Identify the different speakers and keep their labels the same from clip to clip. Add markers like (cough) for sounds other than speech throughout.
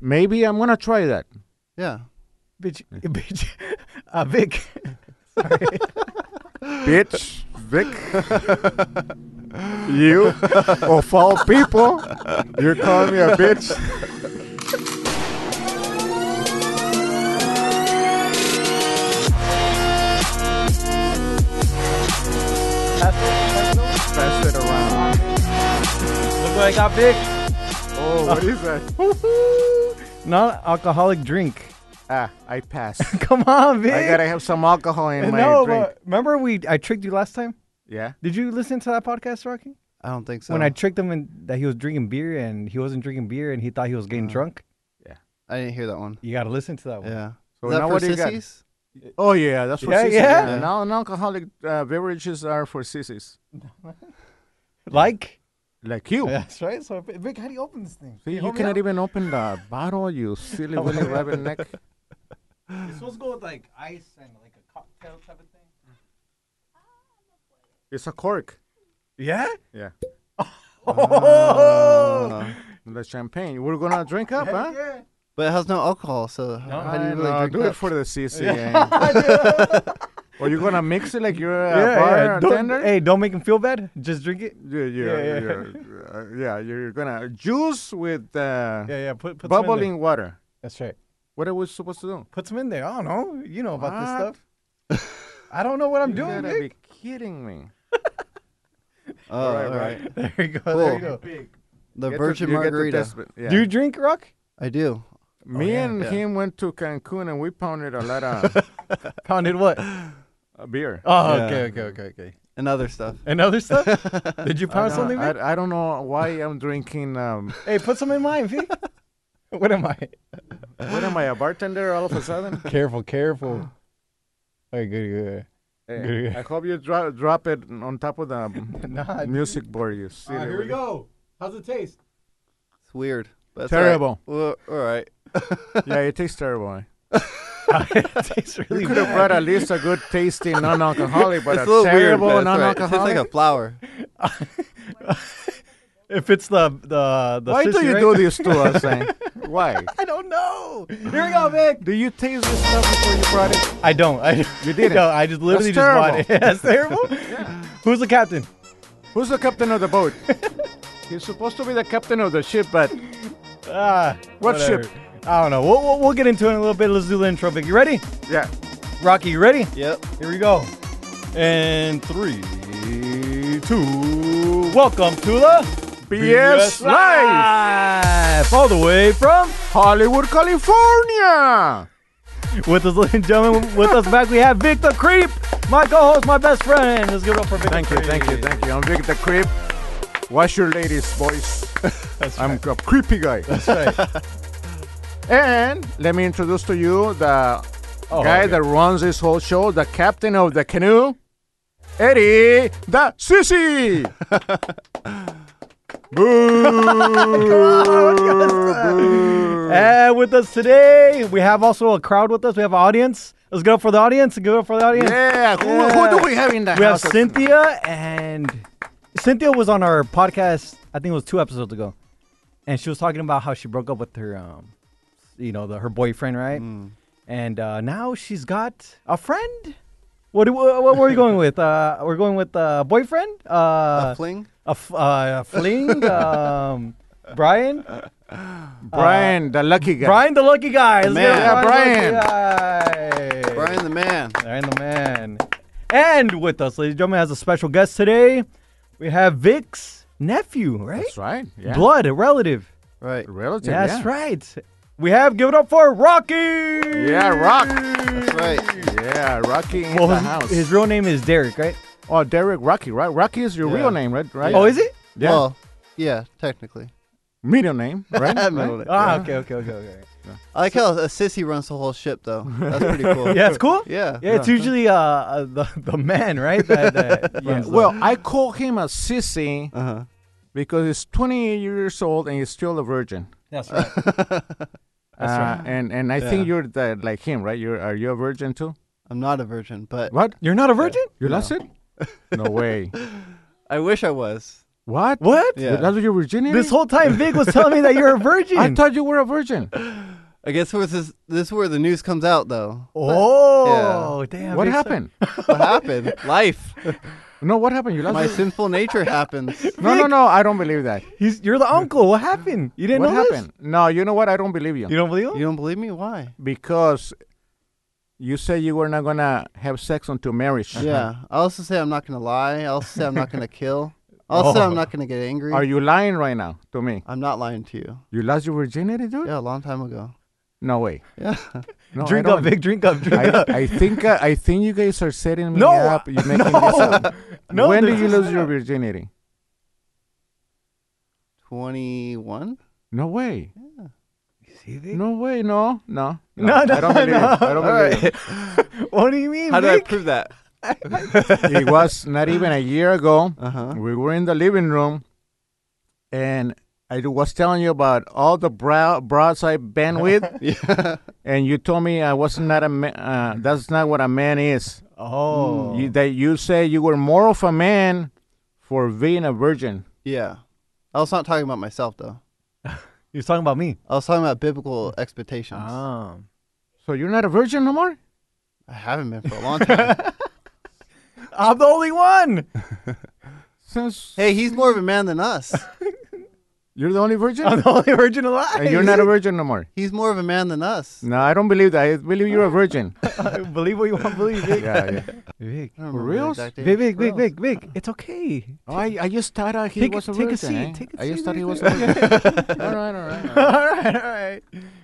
Speaker 1: Maybe I'm gonna try that.
Speaker 2: Yeah.
Speaker 3: Bitch, bitch, uh, Vic. (laughs) Sorry.
Speaker 1: Bitch, Vic, (laughs) you, of all people, you're calling me a bitch. Pass it around.
Speaker 3: Look what I got, Vic.
Speaker 1: Oh, what is that?
Speaker 3: Non-alcoholic drink. (laughs)
Speaker 1: Ah, I (laughs) pass.
Speaker 3: Come on, Vic.
Speaker 1: I gotta have some alcohol in my
Speaker 3: no,
Speaker 1: drink.
Speaker 3: but remember we I tricked you last time.
Speaker 1: yeah.
Speaker 3: Did you listen to that podcast, Rocky?
Speaker 2: I don't think so.
Speaker 3: When I tricked him in, that he was drinking beer and he wasn't drinking beer and he thought he was getting drunk.
Speaker 2: I didn't hear that one.
Speaker 3: You gotta listen to that one.
Speaker 2: Yeah.
Speaker 1: So
Speaker 2: Is that
Speaker 1: now
Speaker 2: for
Speaker 1: what do you got?
Speaker 2: sissies?
Speaker 1: Oh yeah, that's for
Speaker 3: Yeah,
Speaker 1: sissies.
Speaker 3: yeah.
Speaker 1: Yeah. Non- non-alcoholic uh, beverages are for sissies,
Speaker 3: Like.
Speaker 1: like you.
Speaker 3: That's right. So Vic, how do you open this thing?
Speaker 1: See, you cannot even open the bottle, you silly (laughs) willy rabbit neck.
Speaker 3: It's supposed to go with like ice and like a cocktail type of thing.
Speaker 1: It's a cork.
Speaker 3: Yeah.
Speaker 1: Yeah,
Speaker 3: (laughs)
Speaker 2: Uh,
Speaker 1: the champagne. We're gonna drink up, huh?
Speaker 3: Yeah.
Speaker 2: but it has no alcohol, so h- how do you
Speaker 1: Uh,
Speaker 2: really
Speaker 1: no,
Speaker 2: drink
Speaker 1: do
Speaker 2: that?
Speaker 1: it for
Speaker 3: (laughs)
Speaker 1: the sissy. and- or you're gonna mix it like you're a
Speaker 3: (laughs) yeah,
Speaker 1: bar
Speaker 3: yeah. Don't,
Speaker 1: tender.
Speaker 3: hey, don't make him feel bad. Just drink it.
Speaker 1: Yeah, yeah,
Speaker 3: yeah, yeah.
Speaker 1: you're, uh, yeah. You're gonna juice with uh,
Speaker 3: Yeah, yeah. Put, put some in there.
Speaker 1: bubbling water.
Speaker 3: That's right.
Speaker 1: What are we supposed to do?
Speaker 3: Put some in there. I don't know. You know about this
Speaker 1: What?
Speaker 3: stuff. I don't know what I'm
Speaker 1: You
Speaker 3: doing.
Speaker 1: gotta
Speaker 3: Vic.
Speaker 1: be kidding me.
Speaker 2: Oh, all right.
Speaker 3: (laughs) There you go. There
Speaker 2: Cool.
Speaker 3: you go.
Speaker 2: The
Speaker 1: Get to-
Speaker 2: virgin
Speaker 1: you get to
Speaker 2: margarita.
Speaker 1: test it, yeah.
Speaker 3: Do you drink rock?
Speaker 2: I do.
Speaker 1: Me
Speaker 3: yeah.
Speaker 1: and
Speaker 2: Oh, Yeah.
Speaker 1: him went to Cancun and we pounded a lot of
Speaker 2: (laughs)
Speaker 3: Pounded what? Oh,
Speaker 1: uh, beer.
Speaker 3: okay, okay, okay, okay.
Speaker 2: And other stuff.
Speaker 3: And
Speaker 1: (laughs)
Speaker 3: other stuff? Did you pound something? Vic?
Speaker 1: I, I don't know why I'm drinking. Um,
Speaker 3: Hey, put some in mine,
Speaker 1: (laughs)
Speaker 3: Vic. what am I?
Speaker 1: what am I, a bartender all of a
Speaker 2: (laughs)
Speaker 1: sudden?
Speaker 3: Careful, careful. (sighs) Hey, good, (laughs)
Speaker 1: Hey,
Speaker 3: Yeah.
Speaker 1: Eh, I hope you dro- drop it on top of
Speaker 3: (laughs)
Speaker 1: the
Speaker 3: good. Nah.
Speaker 1: music board.
Speaker 3: Ah,
Speaker 1: You see
Speaker 3: go. How's it taste?
Speaker 2: It's weird. But it's
Speaker 1: Terrible.
Speaker 2: All right. Well, all right.
Speaker 1: Yeah, it tastes terrible. eh?
Speaker 3: (laughs) it tastes really
Speaker 1: You could have
Speaker 3: bad.
Speaker 1: brought at least a good tasting non alcoholic, but
Speaker 2: (laughs) it's a
Speaker 1: a
Speaker 2: little weird.
Speaker 1: terrible
Speaker 2: But it's all
Speaker 1: non
Speaker 2: right. It tastes
Speaker 1: alcoholic.
Speaker 2: like a flower.
Speaker 3: if it's the the the
Speaker 1: why do
Speaker 3: sissy,
Speaker 1: you
Speaker 3: right?
Speaker 1: do this to us, eh?
Speaker 2: (laughs)
Speaker 1: Why?
Speaker 3: (laughs) I
Speaker 1: (laughs)
Speaker 3: don't know. Here we go, Vic.
Speaker 1: Do you taste this stuff before you brought it?
Speaker 3: I don't. (laughs) I
Speaker 1: You didn't.
Speaker 3: No, I just literally just
Speaker 1: terrible.
Speaker 3: bought it. That's (laughs) terrible.
Speaker 1: (laughs)
Speaker 3: Who's the captain?
Speaker 1: Who's the captain of the
Speaker 3: (laughs)
Speaker 1: boat? He's supposed to be the captain of the ship, but
Speaker 3: Ah,
Speaker 1: What
Speaker 3: whatever.
Speaker 1: ship?
Speaker 3: I don't know. We'll, we'll, we'll get into it in a little bit. Let's do the intro, Vic. You ready?
Speaker 1: yeah.
Speaker 3: Rocky, you ready?
Speaker 1: (laughs)
Speaker 2: Yep.
Speaker 3: Here we go. And three, two. Welcome to the
Speaker 1: BS Live!
Speaker 3: Live, all the way from
Speaker 1: Hollywood, California.
Speaker 3: with us, (laughs) ladies and gentlemen. With us back, we have Vic the Creep, my co-host, my best friend. Let's give it up for Vic.
Speaker 1: Thank
Speaker 3: the
Speaker 1: you, thank you,
Speaker 3: Creep.
Speaker 1: thank you. I'm Vic the Creep. Wash your ladies, boys.
Speaker 3: That's
Speaker 1: I'm a creepy guy.
Speaker 3: That's right.
Speaker 1: (laughs) And let me introduce to you the
Speaker 3: Oh,
Speaker 1: guy
Speaker 3: okay.
Speaker 1: that runs this whole show, the captain of the canoe, Eddie the Sissy.
Speaker 3: (laughs)
Speaker 1: Boo!
Speaker 3: And with us today, we have also a crowd with us. We have an audience. Let's go for the audience. Give it up for the audience.
Speaker 1: yeah, who, who do we have in the
Speaker 3: We
Speaker 1: house?
Speaker 3: have Cynthia and Cynthia was on our podcast. I think it was two episodes ago, and she was talking about how she broke up with her, um, you know, the, her boyfriend, right?
Speaker 2: Mm.
Speaker 3: And uh, now she's got a friend. What, do- what, what were you going with? Uh, we're going with uh, boyfriend, uh,
Speaker 2: a fling.
Speaker 3: a, f- uh, a fling, um, Brian,
Speaker 1: Brian, the lucky guy.
Speaker 3: uh, Brian, the lucky guy. Let's
Speaker 2: man.
Speaker 3: get
Speaker 1: Yeah,
Speaker 3: Brian, the lucky guy.
Speaker 2: Brian the man.
Speaker 3: Brian the man. And with us, ladies and gentlemen, as a special guest today, we have Vic's nephew, right?
Speaker 1: That's right. Yeah.
Speaker 3: Blood, a relative.
Speaker 2: Right.
Speaker 1: Relative.
Speaker 3: That's
Speaker 1: yeah.
Speaker 3: right. We have give it up for Rocky.
Speaker 1: Yeah, Rock.
Speaker 2: That's right.
Speaker 1: Yeah, Rocky in
Speaker 3: Well,
Speaker 1: the
Speaker 3: his,
Speaker 1: house.
Speaker 3: his real name is Derek, right?
Speaker 1: oh, Derek Rocky, right? Rocky is your
Speaker 2: Yeah.
Speaker 1: real name, right? Right?
Speaker 3: Oh, is it?
Speaker 1: Yeah.
Speaker 2: Well, yeah, technically.
Speaker 1: (laughs) middle
Speaker 2: (laughs)
Speaker 1: name, right?
Speaker 2: Middle name.
Speaker 3: Ah, okay, okay, okay, okay.
Speaker 2: I like how a sissy runs the whole ship, though. That's pretty
Speaker 1: (laughs)
Speaker 2: cool.
Speaker 3: Yeah, it's cool.
Speaker 2: Yeah.
Speaker 3: Yeah, it's usually uh, uh the the man, right? That,
Speaker 1: (laughs)
Speaker 3: that runs the-
Speaker 1: Well, I call him a sissy
Speaker 2: Uh huh.
Speaker 1: because he's 28 years old and he's still a virgin.
Speaker 3: that's right. That's
Speaker 1: Uh, and and I
Speaker 2: Yeah.
Speaker 1: think you're the, like him, right? You're are you a virgin too?
Speaker 2: I'm not a virgin, but
Speaker 1: What?
Speaker 2: (laughs)
Speaker 3: You're not a virgin?
Speaker 1: You lost it? No way.
Speaker 2: I wish I was.
Speaker 1: What?
Speaker 3: What?
Speaker 2: Yeah.
Speaker 1: That's your virginity?
Speaker 3: This whole time, Vic was telling me that you're a virgin.
Speaker 1: I thought you were a virgin.
Speaker 2: I guess where this this is where the news comes out though.
Speaker 3: oh, damn.
Speaker 1: what
Speaker 3: Vic's so-
Speaker 1: happened?
Speaker 2: What
Speaker 4: (laughs)
Speaker 2: happened? Life.
Speaker 1: no, what happened? You lost
Speaker 2: My
Speaker 1: your-
Speaker 2: sinful nature
Speaker 4: (laughs)
Speaker 2: happens.
Speaker 1: No, no, no. I don't believe that.
Speaker 3: He's, you're the uncle. What happened? You didn't
Speaker 1: What
Speaker 3: know this?
Speaker 1: happened? No, you know what? I don't believe you.
Speaker 3: You don't believe him?
Speaker 2: You don't believe me? Why?
Speaker 1: because you say you were not gonna have sex until marriage.
Speaker 4: Uh-huh.
Speaker 1: Uh-huh.
Speaker 2: Yeah. I also say I'm not gonna lie. I also say I'm not gonna kill. I also
Speaker 4: Oh.
Speaker 2: say I'm not gonna get angry.
Speaker 1: Are you lying right now to me?
Speaker 2: I'm not lying to you.
Speaker 1: You lost your virginity, dude?
Speaker 2: Yeah, a long time ago.
Speaker 1: No way.
Speaker 2: Yeah. (laughs)
Speaker 1: No, I
Speaker 3: drink up,
Speaker 1: don't-
Speaker 3: Vic. Drink up. Drink
Speaker 1: (laughs) I,
Speaker 3: (laughs) up.
Speaker 1: I think uh, I think you guys are setting me
Speaker 3: (laughs) No,
Speaker 1: up. You're making this up.
Speaker 3: No,
Speaker 1: when did
Speaker 3: this
Speaker 1: you
Speaker 3: is
Speaker 1: lose
Speaker 3: set
Speaker 1: your
Speaker 3: up.
Speaker 1: virginity?
Speaker 2: Twenty one?
Speaker 1: No way.
Speaker 3: See, Vic?
Speaker 1: No way. No. No.
Speaker 3: No, no,
Speaker 1: I don't believe
Speaker 3: no.
Speaker 1: it. I don't believe it.
Speaker 3: (laughs) what do you mean,
Speaker 4: How do I
Speaker 1: (laughs)
Speaker 3: Vic?
Speaker 4: prove that?
Speaker 1: It was not even a year ago.
Speaker 2: Uh huh.
Speaker 3: Uh-huh.
Speaker 1: We were in the living room, and I was telling you about all the brow, broadside bandwidth.
Speaker 2: Yeah. (laughs)
Speaker 1: and you told me I was not a ma- uh, that's not what a man is.
Speaker 3: oh.
Speaker 1: Mm, You, that you say you were more of a man for being a virgin.
Speaker 2: Yeah. I was not talking about myself though.
Speaker 3: You're talking about me.
Speaker 2: I was talking about biblical expectations.
Speaker 4: Ah.
Speaker 3: Oh.
Speaker 1: So you're not a virgin no more.
Speaker 2: I haven't been for a long time.
Speaker 4: (laughs)
Speaker 3: I'm the only one.
Speaker 1: Since
Speaker 2: hey, he's more of a man than us.
Speaker 1: you're the only
Speaker 3: I'm
Speaker 1: virgin,
Speaker 3: (laughs) the only virgin alive.
Speaker 1: and you're not a virgin no more.
Speaker 2: He's more of a man than us.
Speaker 1: No, I don't believe that. I believe you're a
Speaker 3: (laughs)
Speaker 1: virgin.
Speaker 3: (laughs) believe what you want to believe, Vic.
Speaker 1: yeah, yeah.
Speaker 3: Vic.
Speaker 2: I don't
Speaker 1: For
Speaker 2: remember the
Speaker 1: reals?
Speaker 2: exact date.
Speaker 3: Vic, Vic,
Speaker 2: For
Speaker 3: Vic,
Speaker 2: reals.
Speaker 3: Vic, Vic. It's okay.
Speaker 1: (laughs) Oh, I, I just thought uh, he
Speaker 3: Take-
Speaker 1: was a
Speaker 3: take a
Speaker 1: virgin.
Speaker 3: seat,
Speaker 1: eh?
Speaker 3: take a
Speaker 1: I just
Speaker 3: seat,
Speaker 1: thought he
Speaker 3: Vic. (laughs)
Speaker 1: was a virgin. all right, all right, all right.
Speaker 3: all right, all right.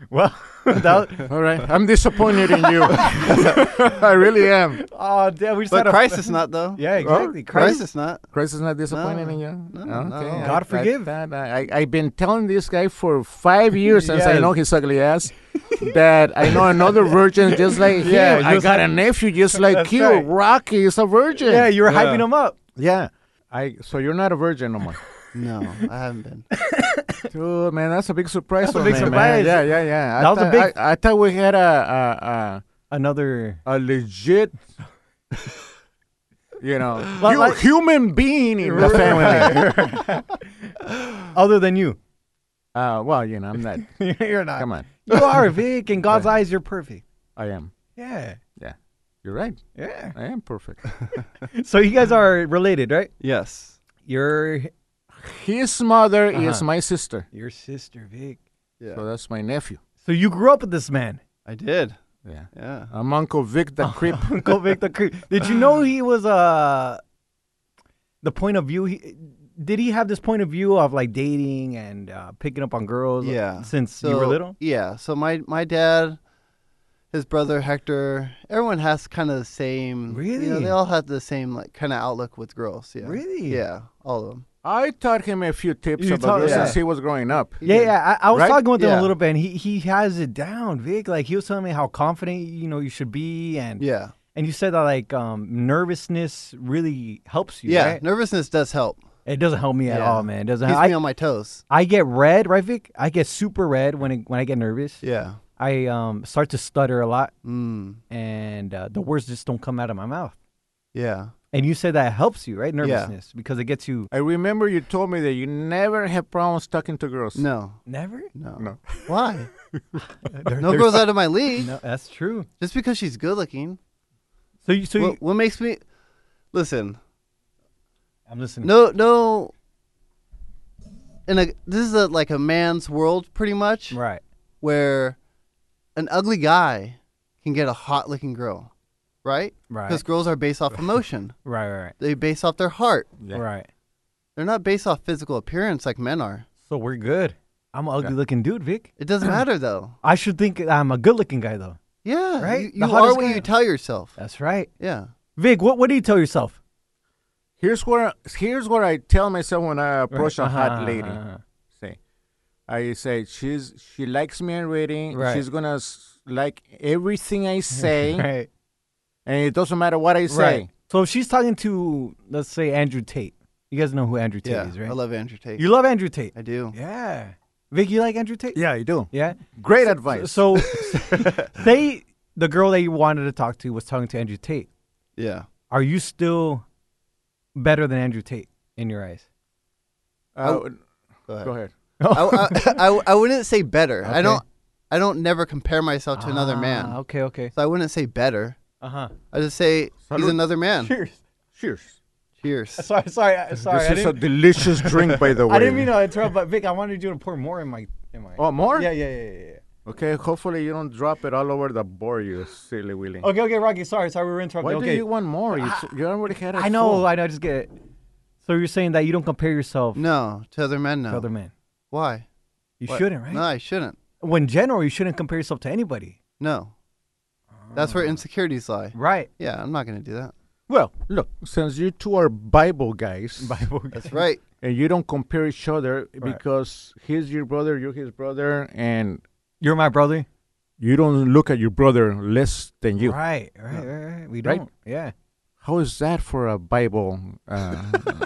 Speaker 3: Well, (laughs) that,
Speaker 1: All right. I'm disappointed in
Speaker 3: (laughs)
Speaker 1: you. (laughs) I really am.
Speaker 3: oh damn, we just
Speaker 2: But
Speaker 3: had
Speaker 2: Christ
Speaker 3: a
Speaker 2: is not though.
Speaker 3: Yeah, exactly.
Speaker 2: Christ
Speaker 3: Christ.
Speaker 2: is not.
Speaker 1: Chris is not disappointed
Speaker 2: No,
Speaker 1: in you.
Speaker 2: no, no.
Speaker 1: I-
Speaker 3: God
Speaker 1: I-
Speaker 3: forgive.
Speaker 1: that- I, I, have been telling this guy for
Speaker 3: (laughs)
Speaker 1: five years since I
Speaker 3: Yes.
Speaker 1: know his ugly ass that I know another virgin just
Speaker 3: (laughs)
Speaker 1: like
Speaker 3: Yeah,
Speaker 1: him. I
Speaker 3: just
Speaker 1: got
Speaker 3: like-
Speaker 1: a nephew just like
Speaker 3: That's
Speaker 1: you.
Speaker 3: right.
Speaker 1: Rocky is a virgin.
Speaker 3: (laughs) Yeah, you were
Speaker 4: Yeah.
Speaker 3: hyping him up.
Speaker 1: yeah. I so you're not a virgin no
Speaker 3: (laughs)
Speaker 1: more.
Speaker 2: No, I haven't been.
Speaker 1: Dude, man, that's a big surprise.
Speaker 3: That's a
Speaker 1: for
Speaker 3: big
Speaker 1: me, man.
Speaker 3: surprise.
Speaker 1: Yeah, yeah, yeah. I
Speaker 3: That was a
Speaker 1: thought-
Speaker 3: big-
Speaker 1: I, I thought we had a
Speaker 3: Another.
Speaker 1: a, a, a legit. (laughs) You know,
Speaker 3: Well,
Speaker 1: hu-
Speaker 3: like-
Speaker 1: human being in the
Speaker 3: (laughs)
Speaker 1: family.
Speaker 3: Other than you,
Speaker 1: uh, well, you know, I'm not.
Speaker 3: (laughs) you're not.
Speaker 1: Come on,
Speaker 3: You are Vic. In (laughs) God's eyes, you're perfect.
Speaker 1: I am.
Speaker 3: Yeah.
Speaker 1: You're right.
Speaker 3: Yeah.
Speaker 1: I am perfect.
Speaker 3: So you guys are related, right?
Speaker 4: Yes.
Speaker 3: Your
Speaker 1: (laughs) His mother is
Speaker 3: Uh-huh.
Speaker 1: my sister.
Speaker 3: your sister, Vic.
Speaker 1: So
Speaker 2: Yeah,
Speaker 1: that's my nephew.
Speaker 3: So you grew up with this (laughs) man,
Speaker 2: I did.
Speaker 1: Yeah.
Speaker 2: Yeah.
Speaker 1: I'm Uncle Vic the Crip.
Speaker 3: Uncle Vic the Creep. Did you know he was uh the point of view? He, did he have this point of view of like dating and uh, picking up on girls?
Speaker 2: Yeah.
Speaker 3: Since
Speaker 2: So
Speaker 3: you were little.
Speaker 2: Yeah. So my my dad, his brother Hector, everyone has kind of the same. You know,
Speaker 3: Really?
Speaker 2: they all have the same like kind of outlook with girls. Yeah.
Speaker 3: Really?
Speaker 2: Yeah. All of them.
Speaker 1: I taught him a few tips
Speaker 3: You
Speaker 1: about
Speaker 3: taught-
Speaker 1: this
Speaker 2: yeah.
Speaker 1: since he was growing up.
Speaker 3: Yeah, yeah. I, I was
Speaker 1: Right?
Speaker 3: talking with him
Speaker 2: Yeah.
Speaker 3: a little bit, and he, he has it down, Vic. Like he was telling me how confident you know you should be, and
Speaker 2: Yeah.
Speaker 3: and you said that like um, nervousness really helps you.
Speaker 2: Yeah.
Speaker 3: right?
Speaker 2: Nervousness does help.
Speaker 3: it doesn't help me at
Speaker 2: Yeah.
Speaker 3: all, man. It doesn't.
Speaker 2: Keeps
Speaker 3: I,
Speaker 2: me on my toes.
Speaker 3: I get red, right, Vic? I get super red when it, when I get nervous.
Speaker 2: Yeah.
Speaker 3: I um start to stutter a lot,
Speaker 2: Mm.
Speaker 3: and uh, the words just don't come out of my mouth.
Speaker 2: Yeah.
Speaker 3: And you said that helps you, right? Nervousness because it gets you.
Speaker 1: I remember you told me that you never have problems talking to girls.
Speaker 2: No.
Speaker 3: Never?
Speaker 2: No.
Speaker 1: No.
Speaker 2: Why? (laughs)
Speaker 3: There-
Speaker 2: No
Speaker 3: there's-
Speaker 2: girls out of my league.
Speaker 3: No, that's true.
Speaker 2: Just because she's good looking.
Speaker 3: So you, so
Speaker 2: What,
Speaker 3: you,
Speaker 2: what makes me listen?
Speaker 3: I'm listening.
Speaker 2: No, no. In a this is a, like a man's world, pretty much,
Speaker 3: Right.
Speaker 2: where an ugly guy can get a hot-looking girl, right?
Speaker 3: Right.
Speaker 2: Because girls are based
Speaker 3: (laughs)
Speaker 2: off emotion.
Speaker 3: Right. Right. Right.
Speaker 2: they base off their heart.
Speaker 1: Yeah.
Speaker 3: Right.
Speaker 2: They're not based off physical appearance like men are.
Speaker 3: So we're good. I'm an ugly looking dude, Vic.
Speaker 2: It
Speaker 3: (clears throat)
Speaker 2: doesn't matter though.
Speaker 3: I should think I'm a good looking guy though.
Speaker 2: Yeah,
Speaker 3: Right?
Speaker 2: You,
Speaker 3: The
Speaker 2: you are
Speaker 3: hottest
Speaker 2: what
Speaker 3: guy.
Speaker 2: you tell yourself.
Speaker 3: That's right.
Speaker 2: Yeah.
Speaker 3: Vic, what, what do you tell yourself?
Speaker 1: Here's where here's what I tell myself when I approach a hot
Speaker 3: Uh-huh. (laughs)
Speaker 1: lady. Say, I say she's she likes me already.
Speaker 3: Right.
Speaker 1: She's gonna s- like everything I say,
Speaker 3: Right.
Speaker 1: and it doesn't matter what I say.
Speaker 3: Right. So if she's talking to let's say Andrew Tate. You guys know who Andrew Tate
Speaker 2: yeah.
Speaker 3: is, right?
Speaker 2: I love Andrew Tate.
Speaker 3: you love Andrew Tate.
Speaker 2: I do.
Speaker 3: Yeah. Vic, you like Andrew Tate?
Speaker 1: Yeah, you do.
Speaker 3: Yeah.
Speaker 1: Great advice.
Speaker 3: So say the girl that you wanted to talk to was talking to Andrew Tate.
Speaker 2: Yeah.
Speaker 3: Are you still better than Andrew Tate in your eyes?
Speaker 1: I
Speaker 2: Oh,
Speaker 1: would-
Speaker 2: Go ahead.
Speaker 1: Uh, go ahead.
Speaker 2: I,
Speaker 3: (laughs)
Speaker 2: I, I, I wouldn't say better.
Speaker 3: Okay.
Speaker 2: I don't. I don't never compare myself to another man.
Speaker 3: Ah, Okay, okay.
Speaker 2: So I wouldn't say better.
Speaker 3: Uh huh.
Speaker 2: I just say he's
Speaker 1: Salud.
Speaker 2: another man.
Speaker 3: Cheers.
Speaker 1: Cheers.
Speaker 2: Cheers.
Speaker 3: Sorry, sorry, I- sorry. I
Speaker 1: this is a
Speaker 3: didn't, (laughs)
Speaker 1: delicious drink, by the way.
Speaker 3: I didn't mean to interrupt, but Vic, I wanted you to pour more in my in my.
Speaker 1: Oh, more?
Speaker 3: Yeah, yeah, yeah, yeah. yeah.
Speaker 1: Okay, hopefully you don't drop it all over the board, you silly willy.
Speaker 3: Okay, okay, Rocky. Sorry, sorry, we were
Speaker 1: Why
Speaker 3: interrupting.
Speaker 1: do
Speaker 3: okay.
Speaker 1: you want more? You, s- you already had a
Speaker 3: I know,
Speaker 1: full.
Speaker 3: I know. I just get it. So you're saying that you don't compare yourself
Speaker 2: No, to other men. No.
Speaker 3: to other men.
Speaker 2: Why?
Speaker 3: You
Speaker 2: What?
Speaker 3: shouldn't, right?
Speaker 2: No, I shouldn't.
Speaker 3: Well, in general, you shouldn't compare yourself to anybody.
Speaker 2: No. That's
Speaker 3: Ah.
Speaker 2: where insecurities lie.
Speaker 3: Right.
Speaker 2: Yeah, I'm not gonna do that.
Speaker 1: Well, look, since you two are Bible guys (laughs)
Speaker 3: Bible. (laughs)
Speaker 2: That's right.
Speaker 1: and you don't compare each other
Speaker 3: Right.
Speaker 1: because he's your brother, you're his brother, and
Speaker 3: You're my brother.
Speaker 1: you don't look at your brother less than you.
Speaker 3: Right, right, right, right. We
Speaker 1: Right?
Speaker 3: don't. Yeah.
Speaker 1: How is that for a Bible?
Speaker 3: (laughs)
Speaker 1: Uh,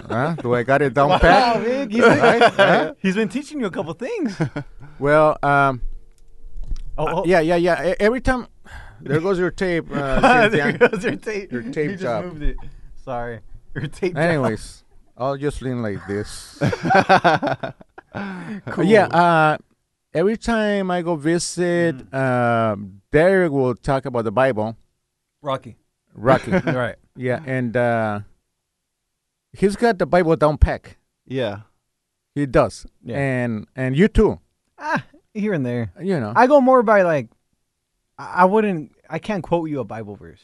Speaker 1: huh? Do I got it down pat? (laughs)
Speaker 3: Vic, he's (laughs) been, he's been teaching you a couple things. Oh,
Speaker 1: Well, um,
Speaker 3: oh.
Speaker 1: yeah, yeah, yeah. E- Every time, there goes your tape. Uh,
Speaker 3: (laughs) there
Speaker 1: Cynthia.
Speaker 3: goes your tape.
Speaker 1: Your
Speaker 3: You
Speaker 1: tape
Speaker 3: just
Speaker 1: job.
Speaker 3: moved it. Sorry. Your tape job.
Speaker 1: Anyways, I'll just lean like
Speaker 2: (laughs)
Speaker 1: this. But Yeah. Uh, every time I go visit,
Speaker 2: Mm.
Speaker 1: um, Derek will talk about the Bible,
Speaker 3: Rocky.
Speaker 1: Rocky.
Speaker 3: All right.
Speaker 1: (laughs) yeah, and uh, he's got the Bible down pack.
Speaker 2: Yeah.
Speaker 1: He does,
Speaker 3: Yeah.
Speaker 1: and and you too.
Speaker 3: (laughs) Ah, here and there.
Speaker 1: You know,
Speaker 3: I go more by like, I I wouldn't, I can't quote you a Bible verse,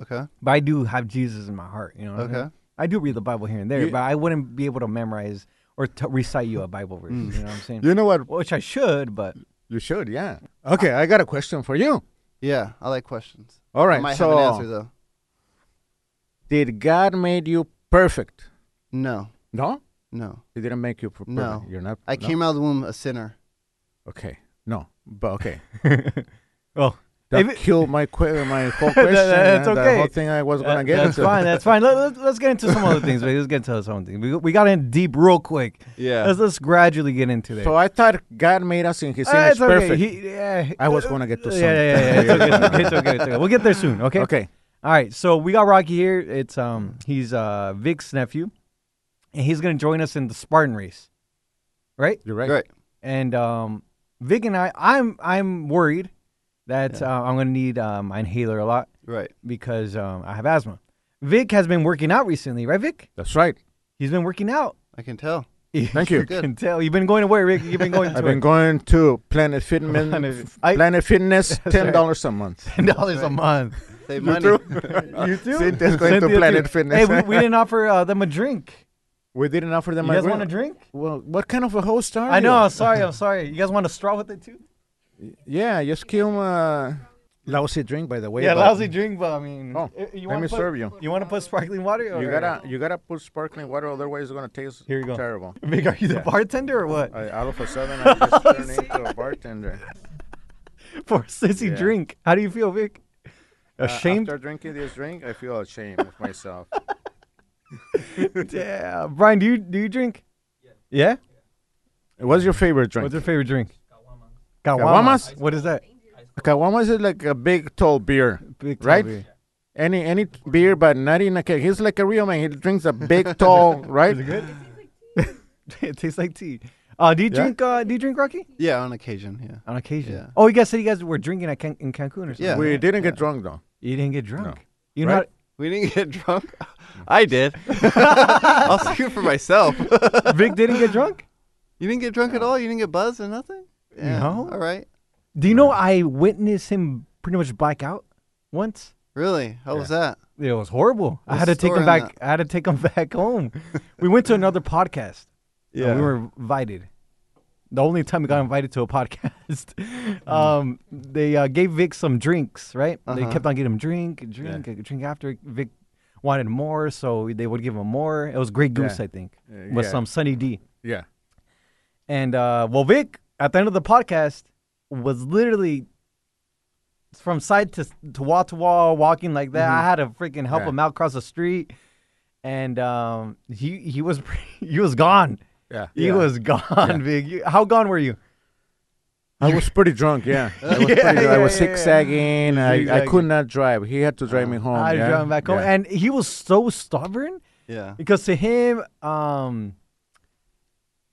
Speaker 2: Okay.
Speaker 3: but I do have Jesus in my heart. You know. what I mean?
Speaker 2: Okay.
Speaker 3: I do read the Bible here and there,
Speaker 1: You-
Speaker 3: but I wouldn't be able to memorize or t- recite you a Bible verse.
Speaker 1: Mm.
Speaker 3: You know what I'm saying?
Speaker 1: you know what?
Speaker 3: Which I
Speaker 1: (laughs)
Speaker 3: should, but
Speaker 1: You should, yeah. Okay, I got a question for you.
Speaker 2: Yeah, I like questions.
Speaker 1: All
Speaker 2: I
Speaker 1: right,
Speaker 2: might
Speaker 1: so
Speaker 2: have an answer though.
Speaker 1: did God made you perfect?
Speaker 2: No.
Speaker 1: No,
Speaker 2: No.
Speaker 1: He didn't make you perfect.
Speaker 2: No.
Speaker 1: You're not.
Speaker 2: I
Speaker 1: no?
Speaker 2: came out of the womb a sinner.
Speaker 1: Okay, no, but okay.
Speaker 3: well,
Speaker 1: That
Speaker 3: If it-
Speaker 1: killed my que- my whole
Speaker 3: (laughs) That-
Speaker 1: question.
Speaker 3: that's
Speaker 1: and The
Speaker 3: okay.
Speaker 1: whole thing I was gonna get.
Speaker 3: that's
Speaker 1: into. (laughs)
Speaker 3: fine. That's fine. Let, let, let's get into some other things. Baby. Let's get into some things. We, we got in deep real quick.
Speaker 2: Yeah.
Speaker 3: Let's let's gradually get into there.
Speaker 1: So I thought God made us in His
Speaker 3: Ah,
Speaker 1: image,
Speaker 3: it's okay.
Speaker 1: perfect.
Speaker 3: He- yeah.
Speaker 1: I was gonna get to
Speaker 3: Yeah, yeah, yeah, yeah. It's okay. It's okay. It's okay. It's okay. We'll get there soon.
Speaker 1: (laughs)
Speaker 3: Okay.
Speaker 1: okay.
Speaker 3: All right, so we got Rocky here. It's um he's uh Vic's nephew, and he's gonna join us in the Spartan race, right?
Speaker 1: You're
Speaker 2: Right.
Speaker 1: right.
Speaker 3: And um Vic and I, I'm I'm worried that uh, I'm gonna need uh, my inhaler a lot
Speaker 2: Right.
Speaker 3: because um, I have asthma. Vic has been working out recently, right, Vic?
Speaker 1: That's right.
Speaker 3: He's been working out.
Speaker 2: I can tell.
Speaker 1: Thank you.
Speaker 3: (laughs)
Speaker 2: Good.
Speaker 3: can tell you've been going to where, Vic? You've been going.
Speaker 1: (laughs)
Speaker 3: To
Speaker 1: I've been going to Planet Fitness.
Speaker 3: (laughs) Planet-
Speaker 1: Planet,
Speaker 3: I-
Speaker 1: Fitness,
Speaker 3: (laughs) That's
Speaker 1: ten dollars a month.
Speaker 3: ten dollars a month.
Speaker 1: (laughs)
Speaker 2: Save money.
Speaker 3: You too.
Speaker 1: Cynthia's going
Speaker 3: Cynthia
Speaker 1: to
Speaker 3: too.
Speaker 1: Planet Fitness.
Speaker 3: Hey, we, we didn't offer uh, them a drink.
Speaker 1: We didn't offer them
Speaker 3: You
Speaker 1: a
Speaker 3: guys
Speaker 1: drink.
Speaker 3: want a drink?
Speaker 1: Well, what kind of a host are
Speaker 3: I know. I'm
Speaker 1: you?
Speaker 3: sorry. I'm sorry. You guys want a straw with it too?
Speaker 1: Yeah, just give him a lousy drink, by the way.
Speaker 3: yeah,
Speaker 1: but
Speaker 3: lousy drink, but I mean,
Speaker 1: Oh,
Speaker 3: i- you
Speaker 1: let
Speaker 3: wanna
Speaker 1: me
Speaker 3: put,
Speaker 1: serve you.
Speaker 3: You want to put sparkling water? Or
Speaker 1: You gotta, you gotta put sparkling water, otherwise it's gonna taste
Speaker 3: Here you go.
Speaker 1: terrible.
Speaker 3: (laughs) Vic, are you the bartender or what?
Speaker 1: I, out of a
Speaker 3: (laughs)
Speaker 1: seven, I just turned into a bartender.
Speaker 3: For a sissy
Speaker 1: Yeah.
Speaker 3: drink, how do you feel, Vic? Ashamed?
Speaker 1: Uh,
Speaker 3: (laughs)
Speaker 1: after drinking this drink, I feel ashamed of myself.
Speaker 3: yeah. Brian, do you do you drink? Yeah.
Speaker 1: What's your favorite drink?
Speaker 3: What's your favorite drink? Caguamas.
Speaker 1: Caguamas?
Speaker 3: What is that?
Speaker 1: Caguamas is like uh, a big tall beer.
Speaker 3: Big
Speaker 1: tall Right? beer. Any any t- beer, but not in a keg. He's like a real man. He drinks a
Speaker 3: (laughs)
Speaker 1: big tall, right?
Speaker 3: (laughs) it tastes like tea. Uh, do you
Speaker 1: Yeah?
Speaker 3: drink? Uh, do you drink Rocky?
Speaker 2: (laughs) yeah, on occasion. Yeah.
Speaker 3: On occasion.
Speaker 2: Yeah.
Speaker 3: Oh, you guys said you guys were drinking at Can- in Cancun or something.
Speaker 2: Yeah.
Speaker 1: We didn't get drunk though.
Speaker 3: You didn't get drunk. You
Speaker 1: Right?
Speaker 2: We didn't get drunk. I did. (laughs) I'll speak for myself. (laughs)
Speaker 3: know, Vic didn't get
Speaker 1: (laughs)
Speaker 3: drunk.
Speaker 2: You didn't get drunk at all. You didn't get buzzed or nothing. Yeah.
Speaker 3: No.
Speaker 2: All right.
Speaker 3: Do you know I witnessed him pretty much black out once?
Speaker 2: Really? How was that?
Speaker 3: It was horrible. I
Speaker 2: What's
Speaker 3: had to
Speaker 2: the
Speaker 3: take him
Speaker 2: story on
Speaker 3: back. I had to take him (laughs) back home. we went to another podcast. Yeah, we were invited. The only time we got invited to a (laughs) podcast, um, they uh, gave Vic some drinks. Right? They kept on getting him drink, drink, a drink after Vic wanted more, so they would give him more. It was Grey Goose, I think,
Speaker 1: Uh,
Speaker 3: with
Speaker 1: yeah.
Speaker 3: some Sunny D.
Speaker 1: Yeah.
Speaker 3: And uh, well, Vic at the end of the podcast was literally from side to to wall to wall walking like that.
Speaker 1: Mm-hmm.
Speaker 3: I had to freaking help
Speaker 1: Yeah.
Speaker 3: him out across the street, and um, he he was (laughs) he was gone.
Speaker 1: Yeah.
Speaker 3: He was gone, Vic. You, how gone were you?
Speaker 1: I was pretty drunk,
Speaker 3: (laughs)
Speaker 1: yeah. I was,
Speaker 3: Yeah,
Speaker 1: pretty drunk. I
Speaker 3: yeah,
Speaker 1: was
Speaker 3: yeah, yeah.
Speaker 1: zigzagging. I, I could
Speaker 3: Zigzagging. Uh,
Speaker 1: not drive. He had to drive me home.
Speaker 3: I had to
Speaker 1: yeah.
Speaker 3: drive him back home,
Speaker 1: Oh, Yeah.
Speaker 3: and he was so stubborn
Speaker 2: Yeah.
Speaker 3: because to him, um,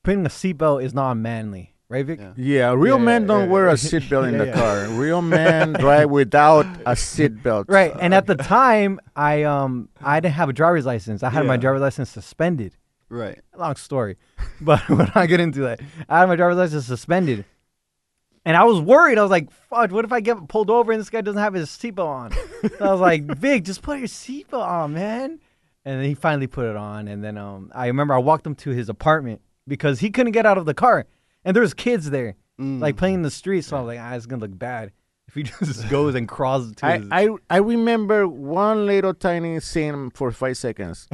Speaker 3: putting a seatbelt is not manly, right, Vic?
Speaker 2: Yeah.
Speaker 1: Yeah, real
Speaker 3: Yeah,
Speaker 1: men
Speaker 3: yeah,
Speaker 1: don't
Speaker 3: yeah,
Speaker 1: wear
Speaker 3: (laughs) yeah.
Speaker 1: a seatbelt in
Speaker 3: Yeah,
Speaker 1: the
Speaker 3: yeah.
Speaker 1: car. Real men drive without
Speaker 3: (laughs)
Speaker 1: a seatbelt.
Speaker 3: Right.
Speaker 1: (laughs)
Speaker 3: And at the time, I um I didn't have a driver's license. I had my
Speaker 1: Yeah.
Speaker 3: driver's license suspended.
Speaker 2: Right.
Speaker 3: Long story, (laughs) but we're not getting into that. I had my driver's license suspended, and I was worried. I was like, "Fudge! What if I get pulled over and this guy doesn't have his seatbelt on?" So I
Speaker 1: (laughs)
Speaker 3: was like, "Vic, just put your seatbelt on, man." And then he finally put it on, and then um I remember I walked him to his apartment because he couldn't get out of the car, and there was kids there,
Speaker 1: Mm.
Speaker 3: like playing in the street. So I was like, "Ah, it's gonna look bad." If he (laughs) just goes and crawls to
Speaker 1: I,
Speaker 3: his
Speaker 1: I I remember one little tiny scene for five
Speaker 3: (laughs)
Speaker 1: seconds.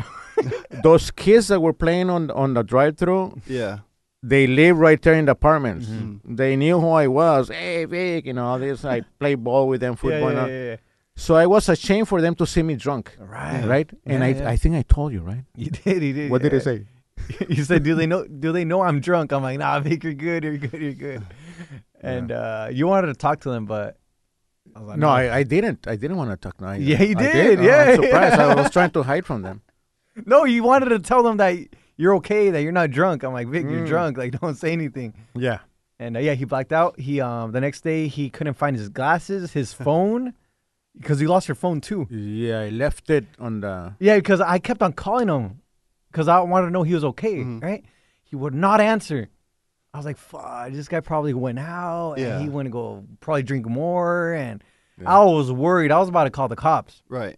Speaker 1: Those kids that were playing on on the drive-through,
Speaker 2: Yeah.
Speaker 1: they live right there in the apartments.
Speaker 3: Mm-hmm.
Speaker 1: They knew who I was. Hey, Vic, you know all this.
Speaker 3: (laughs)
Speaker 1: I play ball with them, football. and all. So I was ashamed for them to see me drunk.
Speaker 3: Right. (laughs)
Speaker 1: Right. And I
Speaker 3: yeah.
Speaker 1: I think I told you right.
Speaker 3: You did. You did.
Speaker 1: I say?
Speaker 3: (laughs) you said, "Do they know? Do they know I'm drunk?" I'm like, "Nah, Vic, you're good. You're good. You're good." And uh, you wanted to talk to them, but I was like,
Speaker 1: Uh, No, I, I didn't. I didn't want to talk. No, I,
Speaker 3: Yeah, you
Speaker 1: I
Speaker 3: did.
Speaker 1: Oh,
Speaker 3: Yeah,
Speaker 1: I'm surprised. I
Speaker 3: (laughs)
Speaker 1: was trying to hide from them.
Speaker 3: no, you wanted to tell them that you're okay, that you're not drunk." I'm like, "Vic, you're
Speaker 1: Mm.
Speaker 3: drunk. Like, (laughs) don't say anything."
Speaker 1: Yeah.
Speaker 3: And uh, yeah, he blacked out. He um the next day he couldn't find his glasses, his phone, because you lost your phone too.
Speaker 1: Yeah, I left it on the.
Speaker 3: Yeah, because I kept on calling him because I wanted to know he was okay, right? He would not answer. I was like, fuck, this guy probably went out
Speaker 2: Yeah.
Speaker 3: and he went to go probably drink more. And I was worried. I was about to call the cops.
Speaker 2: Right.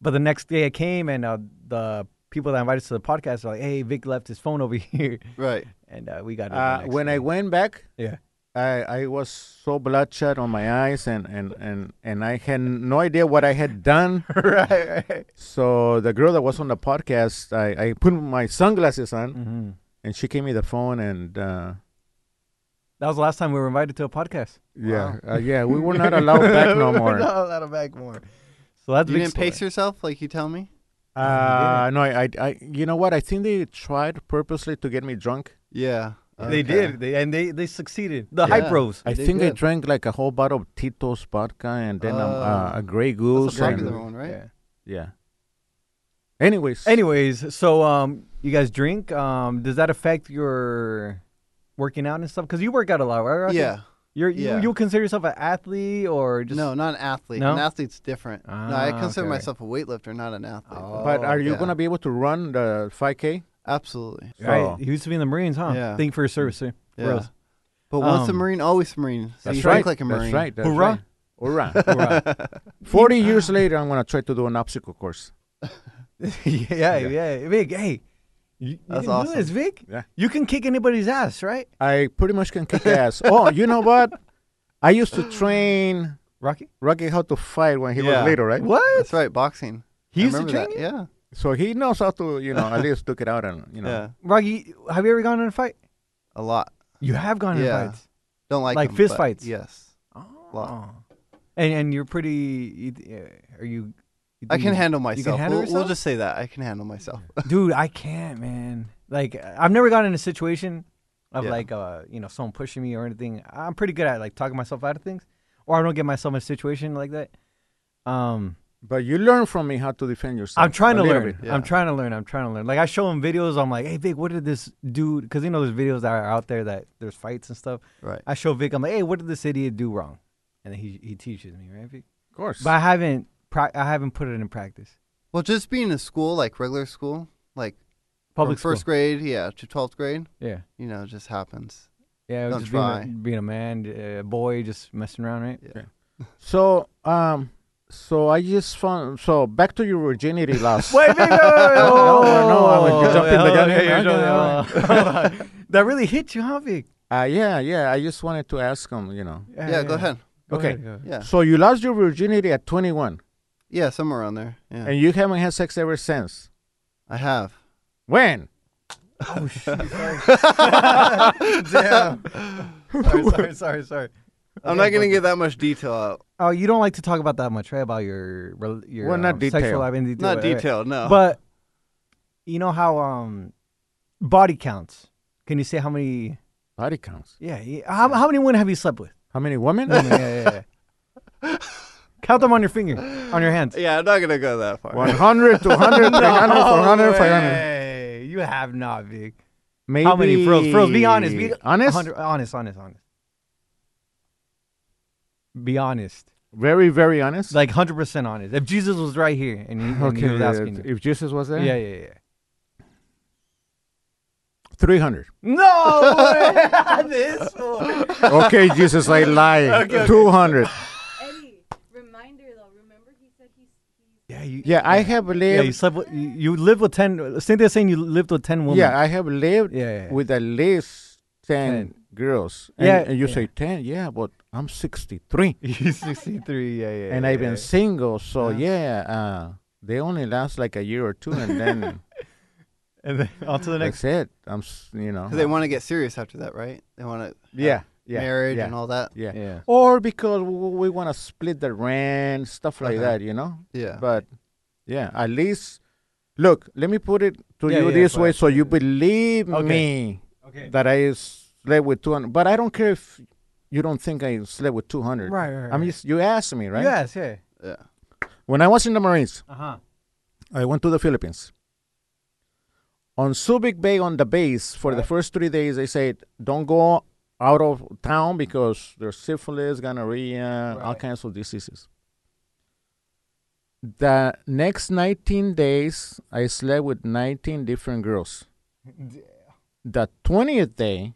Speaker 3: But the next day I came and uh, the people that invited us to the podcast were like, hey, Vic left his phone over (laughs) here.
Speaker 2: Right.
Speaker 3: And uh, we got it. the
Speaker 1: Uh,
Speaker 3: next
Speaker 1: when I
Speaker 3: day.
Speaker 1: went back,
Speaker 3: Yeah.
Speaker 1: I, I was so bloodshot on my eyes, and, and, and, and I had no idea what I had done.
Speaker 3: right, right.
Speaker 1: So the girl that was on the podcast, I, I put my sunglasses on,
Speaker 3: Mhm.
Speaker 1: and she gave me the phone, and uh,
Speaker 3: That was the last time we were invited to a podcast.
Speaker 1: yeah, uh, yeah, we were not allowed back
Speaker 2: (laughs)
Speaker 1: no
Speaker 3: We were
Speaker 1: more.
Speaker 3: not allowed back more. So that's
Speaker 2: You
Speaker 3: Vic's
Speaker 2: didn't pace
Speaker 3: story.
Speaker 2: yourself like you tell me?
Speaker 1: Uh, no, I, I, I, you know what? I think they tried purposely to get me drunk.
Speaker 2: Yeah.
Speaker 3: They
Speaker 2: Okay.
Speaker 3: did, they, and they, they succeeded. The
Speaker 2: Yeah.
Speaker 3: hype rose.
Speaker 1: I
Speaker 2: They
Speaker 1: think I
Speaker 2: did.
Speaker 1: drank like a whole bottle of Tito's vodka and then um, uh,
Speaker 2: Oh.
Speaker 1: a Grey
Speaker 2: That's
Speaker 1: Goose.
Speaker 2: a popular
Speaker 1: And,
Speaker 2: one, right?
Speaker 3: Yeah.
Speaker 1: yeah. Anyways.
Speaker 3: Anyways, so um, you guys drink. Um, does that affect your working out and stuff? Because you work out a lot, right? Rocky?
Speaker 2: Yeah.
Speaker 3: You're you,
Speaker 2: yeah.
Speaker 3: you consider yourself an athlete or just
Speaker 2: no, not an athlete.
Speaker 3: No?
Speaker 2: An athlete's different. no, I
Speaker 3: Ah,
Speaker 2: consider
Speaker 3: okay.
Speaker 2: myself a weightlifter, not an athlete.
Speaker 3: Oh.
Speaker 1: But are you
Speaker 2: yeah.
Speaker 1: gonna be able to run the 5K?
Speaker 2: Absolutely.
Speaker 3: Right?
Speaker 1: Oh.
Speaker 3: You used to be in the Marines, huh?
Speaker 2: Yeah.
Speaker 3: Thank you for your
Speaker 2: (laughs)
Speaker 3: service, sir.
Speaker 2: Yeah.
Speaker 3: Rose.
Speaker 2: But once a
Speaker 3: Um,
Speaker 2: Marine, always a Marine. So you think like a Marine.
Speaker 1: That's right. That's
Speaker 3: Hoorah.
Speaker 1: right. Hoorah.
Speaker 3: (laughs) Hoorah.
Speaker 1: Forty years later, I'm gonna try to do an obstacle course.
Speaker 3: yeah, yeah, Vic, hey, you, you
Speaker 2: That's
Speaker 3: can do this,
Speaker 2: awesome.
Speaker 3: Vic.
Speaker 1: Yeah.
Speaker 3: You can kick anybody's ass, right?
Speaker 1: I pretty much can kick
Speaker 3: (laughs)
Speaker 1: ass. oh, you know what? I used to train
Speaker 3: Rocky.
Speaker 1: Rocky how to fight when he
Speaker 2: Yeah.
Speaker 1: was little, right?
Speaker 3: What?
Speaker 2: That's right. Boxing.
Speaker 3: He
Speaker 2: I
Speaker 3: used to
Speaker 2: remember
Speaker 3: train
Speaker 2: that. Yeah.
Speaker 1: So he knows how to, you know, at least took it out and you know.
Speaker 2: Yeah.
Speaker 3: Rocky, have you ever gone in a fight?
Speaker 2: A lot.
Speaker 3: You have gone in
Speaker 2: Yeah.
Speaker 3: fights.
Speaker 2: Don't like
Speaker 3: Like
Speaker 2: 'em,
Speaker 3: fist
Speaker 2: but
Speaker 3: fights.
Speaker 2: Yes. lot.
Speaker 3: Oh. And and you're pretty. You, uh, are you? Mm. you
Speaker 2: I
Speaker 3: do-
Speaker 2: can handle myself.
Speaker 3: handle
Speaker 2: we'll, we'll
Speaker 3: yourself?
Speaker 2: just say that I can handle
Speaker 3: (laughs)
Speaker 2: myself.
Speaker 3: dude. I can't, man. Like I've never gotten in a situation of
Speaker 2: Yeah.
Speaker 3: like uh you know someone pushing me or anything. I'm pretty good at like talking myself out of things, or I don't get myself in a situation like that. Um,
Speaker 1: But you learn from me how to defend yourself.
Speaker 3: I'm trying
Speaker 1: a
Speaker 3: to
Speaker 1: little
Speaker 3: learn.
Speaker 1: bit.
Speaker 2: yeah.
Speaker 3: I'm trying to learn. I'm trying to learn. Like I show him videos. I'm like, hey Vic, what did this dude? Because you know there's videos that are out there that there's fights and stuff.
Speaker 2: right.
Speaker 3: I show Vic. I'm like, hey, what did this idiot do wrong? And then he he teaches me, right, Vic?
Speaker 1: Of course.
Speaker 3: But I haven't pra- I haven't put it in practice.
Speaker 2: Well, just being in school, like regular school, like from
Speaker 3: Public
Speaker 2: first
Speaker 3: school.
Speaker 2: grade, yeah, to twelfth grade,
Speaker 3: Yeah.
Speaker 2: you know, just happens.
Speaker 3: Yeah,
Speaker 2: Don't
Speaker 3: just being a,
Speaker 2: try.
Speaker 3: being a man, uh, boy, just messing around, right?
Speaker 1: so um so I just found so back to your virginity
Speaker 3: (laughs)
Speaker 1: loss.
Speaker 3: Wait, wait, wait,
Speaker 1: (laughs)
Speaker 3: wait,
Speaker 1: No, no, no, I was
Speaker 3: whoa,
Speaker 1: jumping the
Speaker 3: whoa,
Speaker 1: gun.
Speaker 3: yeah, you're
Speaker 1: Okay,
Speaker 3: jumping- (laughs) hold on. that really hit you, huh, Vic?
Speaker 1: Uh, yeah, yeah. I just wanted to ask him, you know.
Speaker 2: Yeah, go ahead.
Speaker 1: Okay.
Speaker 3: go ahead.
Speaker 2: Yeah,
Speaker 1: So you lost your virginity at 21,
Speaker 2: yeah, somewhere around there. Yeah,
Speaker 1: and you haven't had sex ever since.
Speaker 2: I have.
Speaker 1: When? (laughs)
Speaker 3: Oh, shit. Damn. sorry, sorry, sorry, sorry.
Speaker 2: I'm not gonna get that much detail out.
Speaker 3: Oh, you don't like to talk about that much, right? About your rel- your
Speaker 1: Well, not
Speaker 3: um, sexual
Speaker 1: detail.
Speaker 3: life in detail,
Speaker 2: Not
Speaker 3: right, right.
Speaker 2: detailed, no.
Speaker 3: But you know how um body counts. Can you say how many?
Speaker 1: Body counts.
Speaker 3: Yeah, yeah. How, how many women have you
Speaker 1: (laughs)
Speaker 3: slept with?
Speaker 1: How many
Speaker 3: (laughs)
Speaker 1: women?
Speaker 3: yeah, yeah, yeah. Count them on your finger, on your hands.
Speaker 2: yeah, I'm not gonna go that far.
Speaker 3: (laughs)
Speaker 1: 100 to 100, 300, 400, 500.
Speaker 3: way. You have not, Vic.
Speaker 1: Maybe
Speaker 3: How many frills? Frills. Be honest. Be
Speaker 1: honest.
Speaker 3: 100 Honest. Honest. Honest. Be honest.
Speaker 1: Very, very honest.
Speaker 3: Like hundred percent honest. If Jesus was right here and he, and he
Speaker 1: okay,
Speaker 3: was
Speaker 1: uh,
Speaker 3: asking you,
Speaker 1: if Jesus was there,
Speaker 3: yeah, yeah, yeah.
Speaker 1: three hundred.
Speaker 3: No,
Speaker 1: (laughs)
Speaker 3: way! (laughs) this one.
Speaker 1: okay, Jesus,
Speaker 3: (laughs)
Speaker 1: I lied. Two hundred.
Speaker 4: Eddie, reminder though. Remember he said he's he's
Speaker 3: Yeah, you,
Speaker 1: Yeah, I have
Speaker 3: yeah,
Speaker 1: lived.
Speaker 3: you slept. With, you- you lived with ten. Cynthia's saying you lived with ten women.
Speaker 1: Yeah, I have lived
Speaker 3: Yeah, yeah, yeah. (laughs)
Speaker 1: with at least 10,
Speaker 3: 10.
Speaker 1: girls. And,
Speaker 3: Yeah,
Speaker 1: and you
Speaker 3: yeah.
Speaker 1: say 10, yeah, but I'm 63.
Speaker 3: He's 63. Yeah, yeah.
Speaker 1: and
Speaker 3: yeah,
Speaker 1: I've been
Speaker 2: Eh.
Speaker 3: yeah.
Speaker 1: single, so
Speaker 3: Yeah.
Speaker 1: yeah, uh, they only last like a year or two, and
Speaker 2: (laughs)
Speaker 1: then
Speaker 3: And then on to the next.
Speaker 1: that's it. I'm, s- you know.
Speaker 2: (laughs) 'Cause they want to get serious after that, right? They want to
Speaker 1: yeah, yeah.
Speaker 2: marriage
Speaker 1: yeah,
Speaker 2: and all that.
Speaker 1: Yeah.
Speaker 3: Yeah.
Speaker 1: Or because w- we want to split the rent, stuff like
Speaker 2: Uh-huh.
Speaker 1: that, you know?
Speaker 2: Yeah.
Speaker 1: But yeah, at least, look, let me put it to
Speaker 3: Yeah,
Speaker 1: you
Speaker 3: yeah,
Speaker 1: this way
Speaker 3: but-
Speaker 1: so you believe
Speaker 3: Okay.
Speaker 1: me.
Speaker 3: Okay.
Speaker 1: that I slept with 200. But I don't care if you don't think I slept with 200.
Speaker 3: Right, right,
Speaker 1: I mean,
Speaker 3: right.
Speaker 1: s- you asked me, right?
Speaker 3: Yes. Yeah.
Speaker 2: yeah.
Speaker 1: When I was in the Marines,
Speaker 3: Uh huh.
Speaker 1: I went to the Philippines. On Subic Bay, on the base, for the first three days, they said, don't go out of town because there's syphilis, gonorrhea, all
Speaker 3: Right.
Speaker 1: kinds of diseases. The next 19 days, I slept with 19 different girls. The 20th day,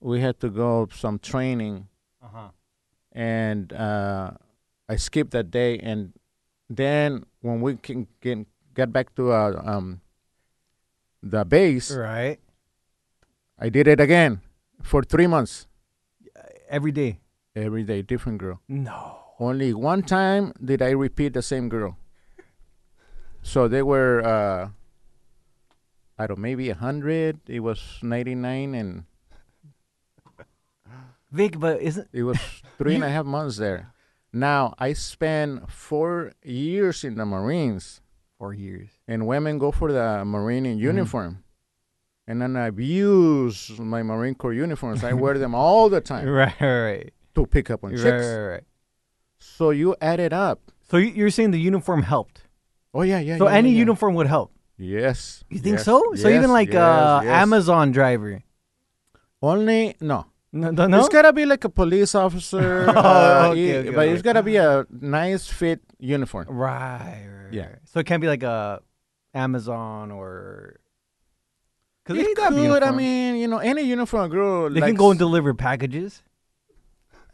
Speaker 1: we had to go some training
Speaker 3: Uh huh.
Speaker 1: and uh, I skipped that day. And then when we can, can get back to uh, um, the base,
Speaker 3: Right.
Speaker 1: I did it again for three months.
Speaker 3: Every day.
Speaker 1: Every day, different girl.
Speaker 3: No.
Speaker 1: Only one time did I repeat the same girl. So they were, uh, I don't know, maybe 100. It was 99, and
Speaker 3: Vic, but isn't
Speaker 1: it
Speaker 3: (laughs)
Speaker 1: was three and
Speaker 3: You-
Speaker 1: a half months there. Now, I spent four years in the Marines.
Speaker 3: four years?
Speaker 1: and women go for the marine
Speaker 3: Mm-hmm.
Speaker 1: in uniform and then i abuse my marine corps uniforms i wear them all the time
Speaker 3: Right. Right. Right.
Speaker 1: to pick up on
Speaker 3: Right.
Speaker 1: chicks
Speaker 3: Right. right.
Speaker 1: so you add it up
Speaker 3: So you- you're saying the uniform helped?
Speaker 1: oh yeah yeah
Speaker 3: So
Speaker 1: yeah, yeah,
Speaker 3: any
Speaker 1: yeah.
Speaker 3: uniform would help.
Speaker 1: yes
Speaker 3: You think
Speaker 1: yes,
Speaker 3: so? so
Speaker 1: yes,
Speaker 3: even like
Speaker 1: yes,
Speaker 3: uh,
Speaker 1: yes.
Speaker 3: Amazon driver.
Speaker 1: only no
Speaker 3: No, no, no?
Speaker 1: it's gotta be like a police
Speaker 3: (laughs)
Speaker 1: officer uh,
Speaker 3: Oh, okay,
Speaker 1: it-
Speaker 3: okay,
Speaker 1: but
Speaker 3: okay.
Speaker 1: it's gotta be a nice fit uniform
Speaker 3: Right. right,
Speaker 1: Yeah.
Speaker 3: right. So it can't be like a Amazon or. Because
Speaker 1: it could, I mean, you know, any uniform girl.
Speaker 3: they can
Speaker 1: likes-
Speaker 3: go and deliver packages.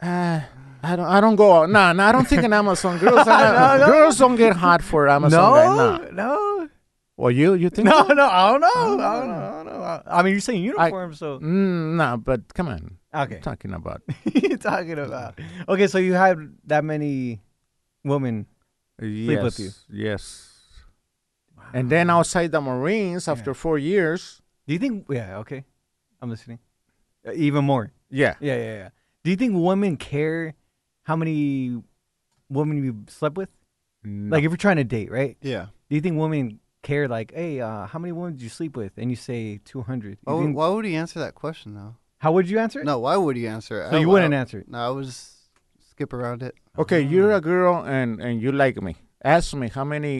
Speaker 1: Uh, I don't. I don't go. Nah, nah. I don't think an Amazon girls.
Speaker 3: (laughs)
Speaker 1: Are not,
Speaker 3: No, no.
Speaker 1: Girls don't get hot for Amazon right now.
Speaker 3: no,
Speaker 1: (laughs)
Speaker 3: no,
Speaker 1: Well, you you think?
Speaker 3: no,
Speaker 1: so?
Speaker 3: no. I don't know. I
Speaker 1: don't
Speaker 3: don't know. I don't know. I mean, you're saying uniform, so
Speaker 1: Mm, nah, but come on.
Speaker 3: okay.
Speaker 1: Talking
Speaker 3: (laughs)
Speaker 1: about
Speaker 3: you talking about? Okay, so you had that many women.
Speaker 1: yes,
Speaker 3: with you.
Speaker 1: yes. And then outside the Marines, after four years,
Speaker 3: Do you think? Yeah. Okay. I'm listening. Uh, even more.
Speaker 1: yeah,
Speaker 3: Yeah, yeah, yeah. Do you think women care how many women you slept with? Like, if you're trying to date, right?
Speaker 2: Yeah.
Speaker 3: Do you think women care? Like, hey, uh, how many women did you sleep with? And you say 200.
Speaker 2: Why,
Speaker 3: You
Speaker 2: would-
Speaker 3: think-
Speaker 2: why would he answer that question though?
Speaker 3: how would you answer it?
Speaker 2: Oh, No, why would he answer it?
Speaker 3: So you wouldn't answer it.
Speaker 2: No, I would just skip around it.
Speaker 1: okay, you're a girl and and you like me. Ask me how many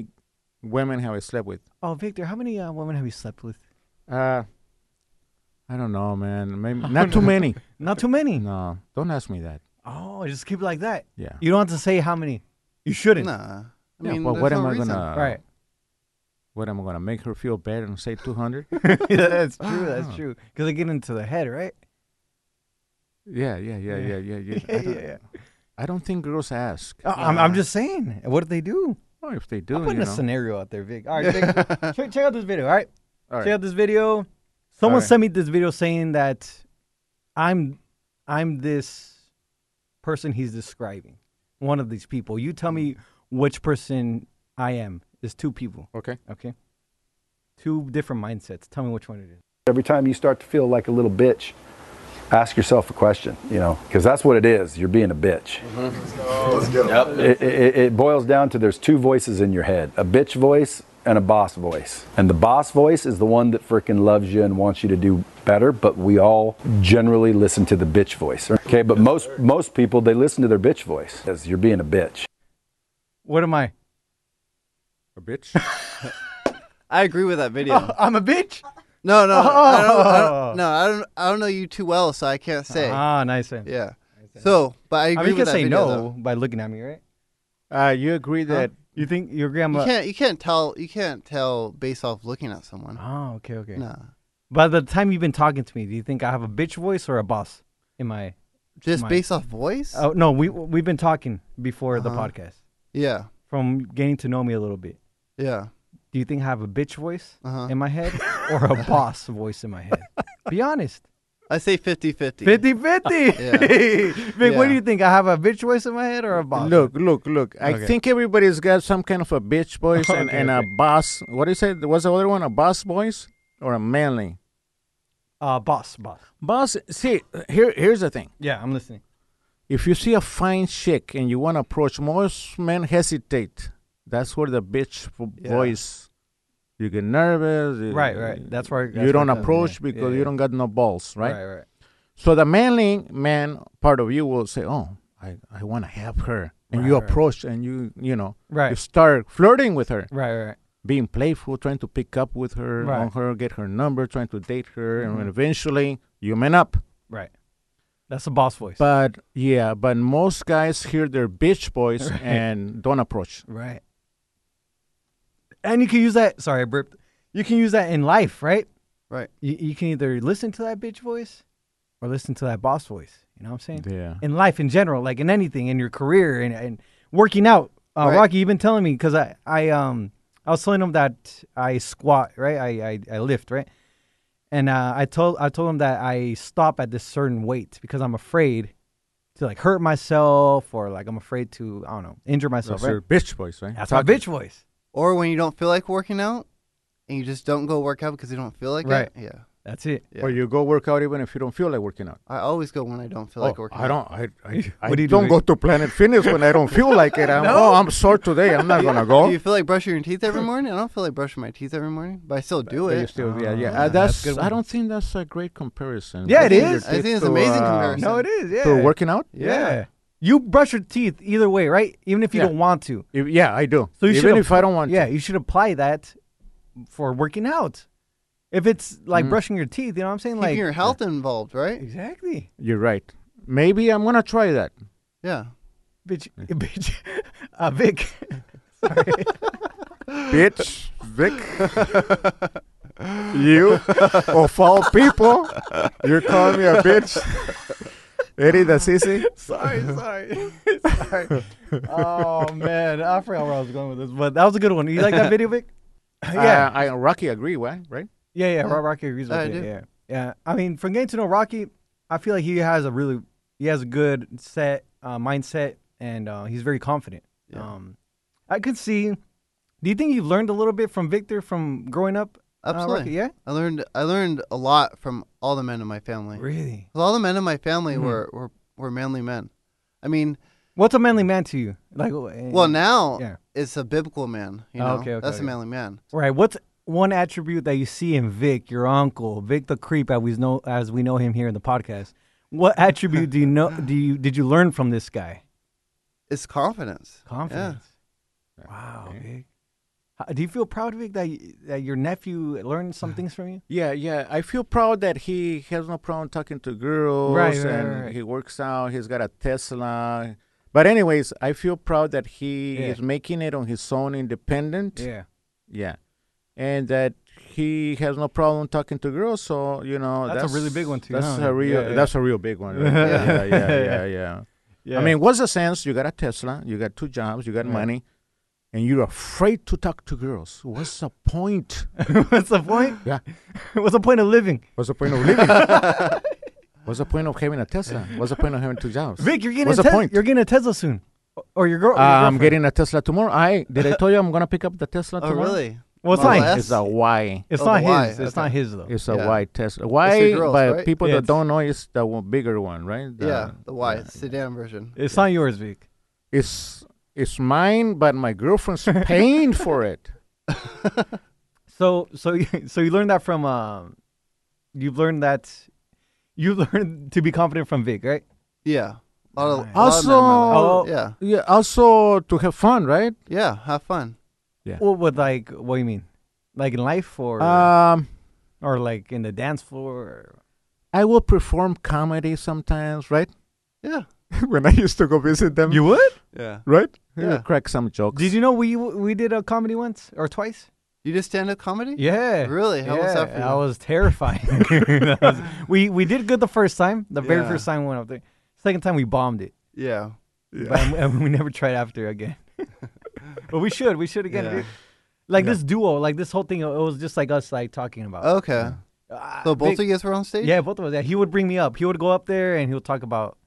Speaker 1: women have I slept with?
Speaker 3: Oh, Victor, how many uh, women have you slept with?
Speaker 1: Uh, I don't know, man.
Speaker 3: (laughs)
Speaker 1: Maybe not too many.
Speaker 3: Not too many.
Speaker 1: No, don't ask me that.
Speaker 3: Oh, just keep it like that.
Speaker 1: Yeah.
Speaker 3: You don't have to say how many. You shouldn't.
Speaker 2: Nah. I
Speaker 1: yeah,
Speaker 2: mean,
Speaker 1: but
Speaker 2: there's
Speaker 1: what
Speaker 2: no
Speaker 1: am I
Speaker 2: reason.
Speaker 1: gonna?
Speaker 3: Right.
Speaker 1: What am I gonna make her feel better and say two hundred?
Speaker 3: (laughs) that's true.
Speaker 1: Ah.
Speaker 3: That's true. Because they get into the head, right?
Speaker 1: yeah, yeah, yeah, yeah, yeah, (laughs)
Speaker 3: (laughs)
Speaker 1: yeah. Oh. I, don't, I don't think girls ask.
Speaker 3: I- I'm, I'm just saying. What did they do?
Speaker 1: Oh, if they do,
Speaker 3: I'm putting
Speaker 1: you
Speaker 3: a
Speaker 1: know.
Speaker 3: scenario out there, Vic. All right, Vic,
Speaker 1: (laughs)
Speaker 3: check, check out this video. All right.
Speaker 1: All
Speaker 3: Check
Speaker 1: right.
Speaker 3: out this video. Someone
Speaker 1: right.
Speaker 3: sent me this video saying that I'm I'm this person he's describing. One of these people. You tell me which person I am. There's two people,
Speaker 1: Okay.
Speaker 3: okay? Two different mindsets. Tell me which one it is.
Speaker 5: Every time you start to feel like a little bitch, ask yourself a question, you know, because that's what it is. You're being a bitch. It, it, it boils down to there's two voices in your head a bitch voice and a boss voice. And the boss voice is the one that freaking loves you and wants you to do better, but we all generally listen to the bitch voice. Okay, but most, most people, they listen to their bitch voice as you're being a bitch.
Speaker 3: What am I?
Speaker 1: A bitch.
Speaker 2: I agree with that video.
Speaker 3: I'm a bitch.
Speaker 2: No, no, I don't, I don't, no, I don't, I don't know you too well, so I can't say.
Speaker 3: Ah, nice. one.
Speaker 2: Yeah. So, but I agree
Speaker 3: I mean, you
Speaker 2: with
Speaker 3: can
Speaker 2: that
Speaker 3: say
Speaker 2: video,
Speaker 3: no
Speaker 2: though.
Speaker 3: by looking at me, right?
Speaker 1: (laughs) Uh, you agree that
Speaker 3: You think your
Speaker 2: You
Speaker 3: grandma?
Speaker 2: can't, you can't tell, you can't tell based off looking at someone.
Speaker 3: Oh, okay, okay.
Speaker 2: No,
Speaker 3: By the time you've been talking to me, do you think I have a bitch voice or a boss in my?
Speaker 2: just
Speaker 3: Mine.
Speaker 2: based off voice.
Speaker 3: Oh no, we we've been talking before the
Speaker 2: Uh-huh.
Speaker 3: podcast.
Speaker 2: Yeah,
Speaker 3: From getting to know me a little bit,
Speaker 2: yeah.
Speaker 3: do you think I have a bitch voice
Speaker 2: Uh-huh.
Speaker 3: in my head or a boss voice in my head? Be honest.
Speaker 2: I say 50-50.
Speaker 3: 50 50. (laughs) Vic, what
Speaker 2: Yeah.
Speaker 3: do you think? I have a bitch voice in my head or a boss?
Speaker 1: Look, look, look. I
Speaker 3: Okay.
Speaker 1: think everybody's got some kind of a bitch (laughs) voice and,
Speaker 3: Okay,
Speaker 1: and a
Speaker 3: okay.
Speaker 1: boss. What is it? What's the other one? A boss voice or a manly?
Speaker 3: Uh, boss, boss.
Speaker 1: Boss, see, here, here's the thing.
Speaker 3: Yeah, I'm listening.
Speaker 1: If you see a fine chick and you want to approach, most men hesitate. That's where the bitch v-
Speaker 2: Yeah.
Speaker 1: voice. You get nervous. you-
Speaker 3: Right, right. That's where- that's
Speaker 1: you don't
Speaker 3: where it comes,
Speaker 1: approach
Speaker 3: yeah.
Speaker 1: because
Speaker 3: Yeah,
Speaker 1: you
Speaker 3: yeah.
Speaker 1: don't got no balls, right?
Speaker 3: Right, right.
Speaker 1: So the manly man part of you will say, "Oh, I, I want to have her," and you
Speaker 3: Right, right.
Speaker 1: approach and you you know
Speaker 3: Right.
Speaker 1: you start flirting with her,
Speaker 3: Right, right.
Speaker 1: being playful, trying to pick up with her,
Speaker 3: Right. Mm-hmm.
Speaker 1: on her, get her number, trying to date her, and then eventually you man up.
Speaker 3: Right. That's a boss voice.
Speaker 1: But yeah, but most guys hear their bitch
Speaker 3: (laughs)
Speaker 1: voice and don't approach.
Speaker 3: right. And you can use that. Sorry, I burped. You can use that in life, right?
Speaker 2: Right.
Speaker 3: You, you can either listen to that bitch voice or listen to that boss voice. You know what I'm saying?
Speaker 1: Yeah.
Speaker 3: In life in general, like in anything, in your career and, and working out. Uh,
Speaker 2: Right.
Speaker 3: Rocky, you've been telling me because I, I, um, I was telling him that I squat, right? I, I, I lift, right? And uh, I told I told him that I stop at this certain weight because I'm afraid to like hurt myself or like I'm afraid to I don't know injure myself.
Speaker 1: That's your
Speaker 3: right?
Speaker 1: bitch voice, right?
Speaker 3: That's my bitch voice.
Speaker 2: Or when you don't feel like working out, and you just don't go work out because you don't feel like
Speaker 3: Right.
Speaker 2: it. Yeah.
Speaker 3: That's it.
Speaker 2: Yeah.
Speaker 1: Or you go work out even if you don't feel like working out.
Speaker 2: I always go when I don't feel
Speaker 1: Oh,
Speaker 2: like working.
Speaker 1: I
Speaker 2: out.
Speaker 1: don't. I, I, I
Speaker 3: (laughs) What do you do?
Speaker 1: don't go to Planet Fitness when I don't feel like
Speaker 3: (laughs)
Speaker 1: it. I'm, Oh, I'm sore today. I'm not gonna go.
Speaker 2: Do you feel like brushing your teeth every morning? I don't feel like brushing my teeth every morning, but I still do
Speaker 1: But you
Speaker 2: it.
Speaker 1: still- yeah, yeah.
Speaker 3: Ah,
Speaker 1: Uh, that's.
Speaker 3: that's good
Speaker 1: I
Speaker 3: one.
Speaker 1: don't think that's a great comparison.
Speaker 3: Yeah, it
Speaker 1: Brushing your
Speaker 3: is.
Speaker 2: I think
Speaker 1: teeth
Speaker 2: it's
Speaker 1: to,
Speaker 2: amazing
Speaker 1: uh,
Speaker 2: comparison.
Speaker 3: No, it is. Yeah.
Speaker 1: To working out?
Speaker 3: Yeah. You brush your teeth either way, right? Even if you
Speaker 1: Yeah.
Speaker 3: don't want to.
Speaker 1: If- yeah, I do.
Speaker 3: So you
Speaker 1: even
Speaker 3: should
Speaker 1: if I don't want.
Speaker 3: Yeah,
Speaker 1: To.
Speaker 3: you should apply that for working out. If it's like brushing Mm. your teeth, you know what I'm saying?
Speaker 2: Keeping
Speaker 3: like
Speaker 2: your health involved, right?
Speaker 3: Exactly.
Speaker 1: You're right. Maybe I'm gonna try
Speaker 3: (gasps)
Speaker 1: that.
Speaker 3: Uh,
Speaker 2: Yeah.
Speaker 3: Bitch (laughs) bitch uh, Vic.
Speaker 1: bitch, Vic, (laughs) you, of all people, you're calling me a
Speaker 3: (laughs)
Speaker 1: bitch. Eddie the sissy.
Speaker 3: sorry, sorry. sorry. (laughs) Oh man, I forgot where I was going with this, but that was a good one. You like that video, Vic? (laughs) Uh,
Speaker 1: Yeah, Uh, I Rocky agree. Why? Right?
Speaker 3: Yeah, yeah, Ro- Rocky agrees with
Speaker 2: I
Speaker 3: it.
Speaker 2: do.
Speaker 3: Yeah, yeah. I mean, from getting to know Rocky, I feel like he has a really he has a good set uh, mindset, and uh, he's very confident. Um, I could see. Do you think you've learned a little bit from Victor from growing up? uh, Rocky?
Speaker 2: Absolutely.
Speaker 3: yeah.
Speaker 2: I learned I learned a lot from all the men in my family.
Speaker 3: Really. Mm-hmm.
Speaker 2: 'Cause All the men in my family were, were were manly men. I mean,
Speaker 3: What's a manly man to you? Like, w- eh,
Speaker 2: well now
Speaker 3: Mm-hmm. Yeah.
Speaker 2: it's a biblical man. You
Speaker 3: Oh,
Speaker 2: know,
Speaker 3: okay, okay,
Speaker 2: that's
Speaker 3: okay.
Speaker 2: a manly man.
Speaker 3: right. What's one attribute that you see in Vic, your uncle, Vic the creep, as we know as we know him here in the podcast? What attribute do
Speaker 2: (sighs)
Speaker 3: you know? Do you did you learn from this guy?
Speaker 2: It's confidence. Yeah.
Speaker 3: Confidence. Wow, Vic. How- Do you feel proud, Vic, that, y- that your nephew
Speaker 1: (laughs)
Speaker 3: learned some things from you?
Speaker 1: Yeah, yeah. I feel proud that he has no problem talking to girls
Speaker 3: Right, right,
Speaker 1: and
Speaker 3: right, right.
Speaker 1: he works out. He's got a Tesla. But anyways, I feel proud that he
Speaker 3: Yeah.
Speaker 1: is making it on his own, independent. Yeah. And that he has no problem talking to girls, so you know
Speaker 3: That's a really big one too,
Speaker 1: That's
Speaker 3: huh?
Speaker 1: a real
Speaker 3: Yeah, yeah.
Speaker 1: that's a real big one. right there. yeah, yeah,
Speaker 3: (laughs)
Speaker 1: yeah, yeah, I mean, what's the sense? You got a Tesla, you got two jobs, you got
Speaker 3: Yeah.
Speaker 1: money, and you're afraid to talk to girls. What's the point?
Speaker 3: (laughs) (laughs) what's the point? (laughs)
Speaker 1: Yeah.
Speaker 3: what's the point of living?
Speaker 1: What's the point of living? (laughs) what's the point of having a Tesla? What's the point of having two jobs?
Speaker 3: Vic, you're getting
Speaker 1: What's
Speaker 3: a
Speaker 1: the
Speaker 3: Tes-
Speaker 1: point?
Speaker 3: You're getting a Tesla soon, O- or your girl.
Speaker 1: Uh, I'm getting a Tesla tomorrow. I did I tell you I'm gonna pick up the Tesla
Speaker 2: Oh
Speaker 1: tomorrow?
Speaker 2: really?
Speaker 3: Well, it's
Speaker 2: Model
Speaker 3: not.
Speaker 2: S?
Speaker 1: It's a Y.
Speaker 3: It's
Speaker 2: Oh,
Speaker 3: not
Speaker 2: the Y,
Speaker 3: his. It's
Speaker 2: okay.
Speaker 3: not his though.
Speaker 1: It's a
Speaker 2: Yeah.
Speaker 1: Y Tesla. Y,
Speaker 2: girls,
Speaker 1: but
Speaker 2: right?
Speaker 1: people
Speaker 3: Yeah,
Speaker 1: that
Speaker 3: it's-
Speaker 1: don't know it's the one, bigger one, right? The-
Speaker 2: yeah, the Y
Speaker 1: yeah.
Speaker 2: it's sedan version.
Speaker 3: it's not yours, Vic.
Speaker 1: It's it's mine, but my girlfriend's
Speaker 3: (laughs)
Speaker 1: paying for it.
Speaker 3: So, so, (laughs) you- so you learned that from. Um, you've learned that. You (laughs) learned to be confident from Vic, right?
Speaker 2: Yeah. A lot of,
Speaker 3: Nice.
Speaker 2: a lot of men in my
Speaker 1: Also-
Speaker 2: life. yeah,
Speaker 1: Yeah. Also to have fun, right?
Speaker 2: yeah. Have fun. uh,
Speaker 3: What would like? What do you mean? Like in life, or
Speaker 1: Um,
Speaker 3: or like in the dance floor? Or...
Speaker 1: I will perform comedy sometimes, right? (laughs)
Speaker 2: Yeah.
Speaker 1: when I used to go visit them,
Speaker 3: You would?
Speaker 2: Yeah.
Speaker 1: right? I would
Speaker 2: Yeah.
Speaker 1: Crack some jokes.
Speaker 3: Did you know we we did a comedy once or twice?
Speaker 2: You did stand up comedy?
Speaker 3: Yeah.
Speaker 2: Really? How was
Speaker 3: yeah,
Speaker 2: that for you?
Speaker 3: I was terrified. (laughs) That was- we we did good the first time. The very
Speaker 2: Yeah.
Speaker 3: first time we went up there. Second time we bombed it,
Speaker 2: Yeah.
Speaker 3: but, and, and we never tried after again. but we should. We should again.
Speaker 2: Yeah.
Speaker 3: Dude. Like this duo, like this whole thing, it was just like us like talking about.
Speaker 2: Okay.
Speaker 3: Ah,
Speaker 2: Oh, So both
Speaker 3: big-
Speaker 2: of you guys were on stage?
Speaker 3: Yeah, both of us. Yeah, he would bring me up. He would go up there and he would talk about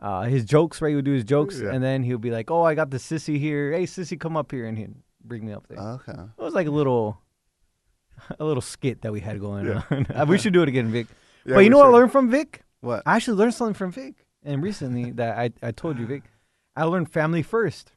Speaker 3: uh, his jokes. Right, he would do his jokes,
Speaker 1: Yeah.
Speaker 3: and then he would be like, "Oh, I got the sissy here. Hey, sissy, come up here," and he'd bring me up there.
Speaker 2: Okay.
Speaker 3: It was like a little, (laughs) a little skit that we had going
Speaker 1: (laughs)
Speaker 3: on. we should do it again, Vic. but you know what I learned from Vic?
Speaker 2: What?
Speaker 3: I actually learned something from Vic, and recently (laughs) that I, I told you, Vic, I learned family first.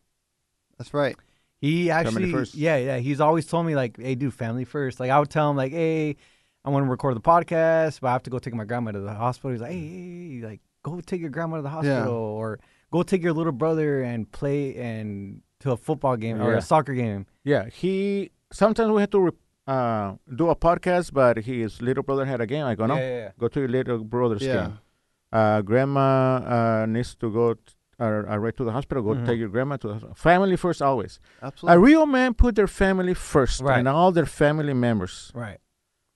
Speaker 2: That's right.
Speaker 3: He actually,
Speaker 1: first.
Speaker 3: yeah, yeah. He's always told me like, "Hey, do family first. Like I would tell him like, "Hey, I want to record the podcast, but I have to go take my grandma to the hospital." He's like, "Hey, hey, hey, like go take your grandma to the hospital, or go take your little brother and play and to a football game or
Speaker 1: Yeah.
Speaker 3: a soccer game."
Speaker 1: Yeah, he sometimes we had to re- uh, do a podcast, but his little brother had a game. I go, no,
Speaker 3: Yeah, yeah, yeah.
Speaker 1: go to your little brother's
Speaker 2: Yeah.
Speaker 1: game. Uh, grandma uh, needs to go t- uh, uh, right to the hospital. Go
Speaker 3: Mm-hmm.
Speaker 1: take your grandma to the hospital. Family first, always.
Speaker 2: Absolutely.
Speaker 1: A real man put their family first
Speaker 3: Right.
Speaker 1: and all their family members.
Speaker 3: Right.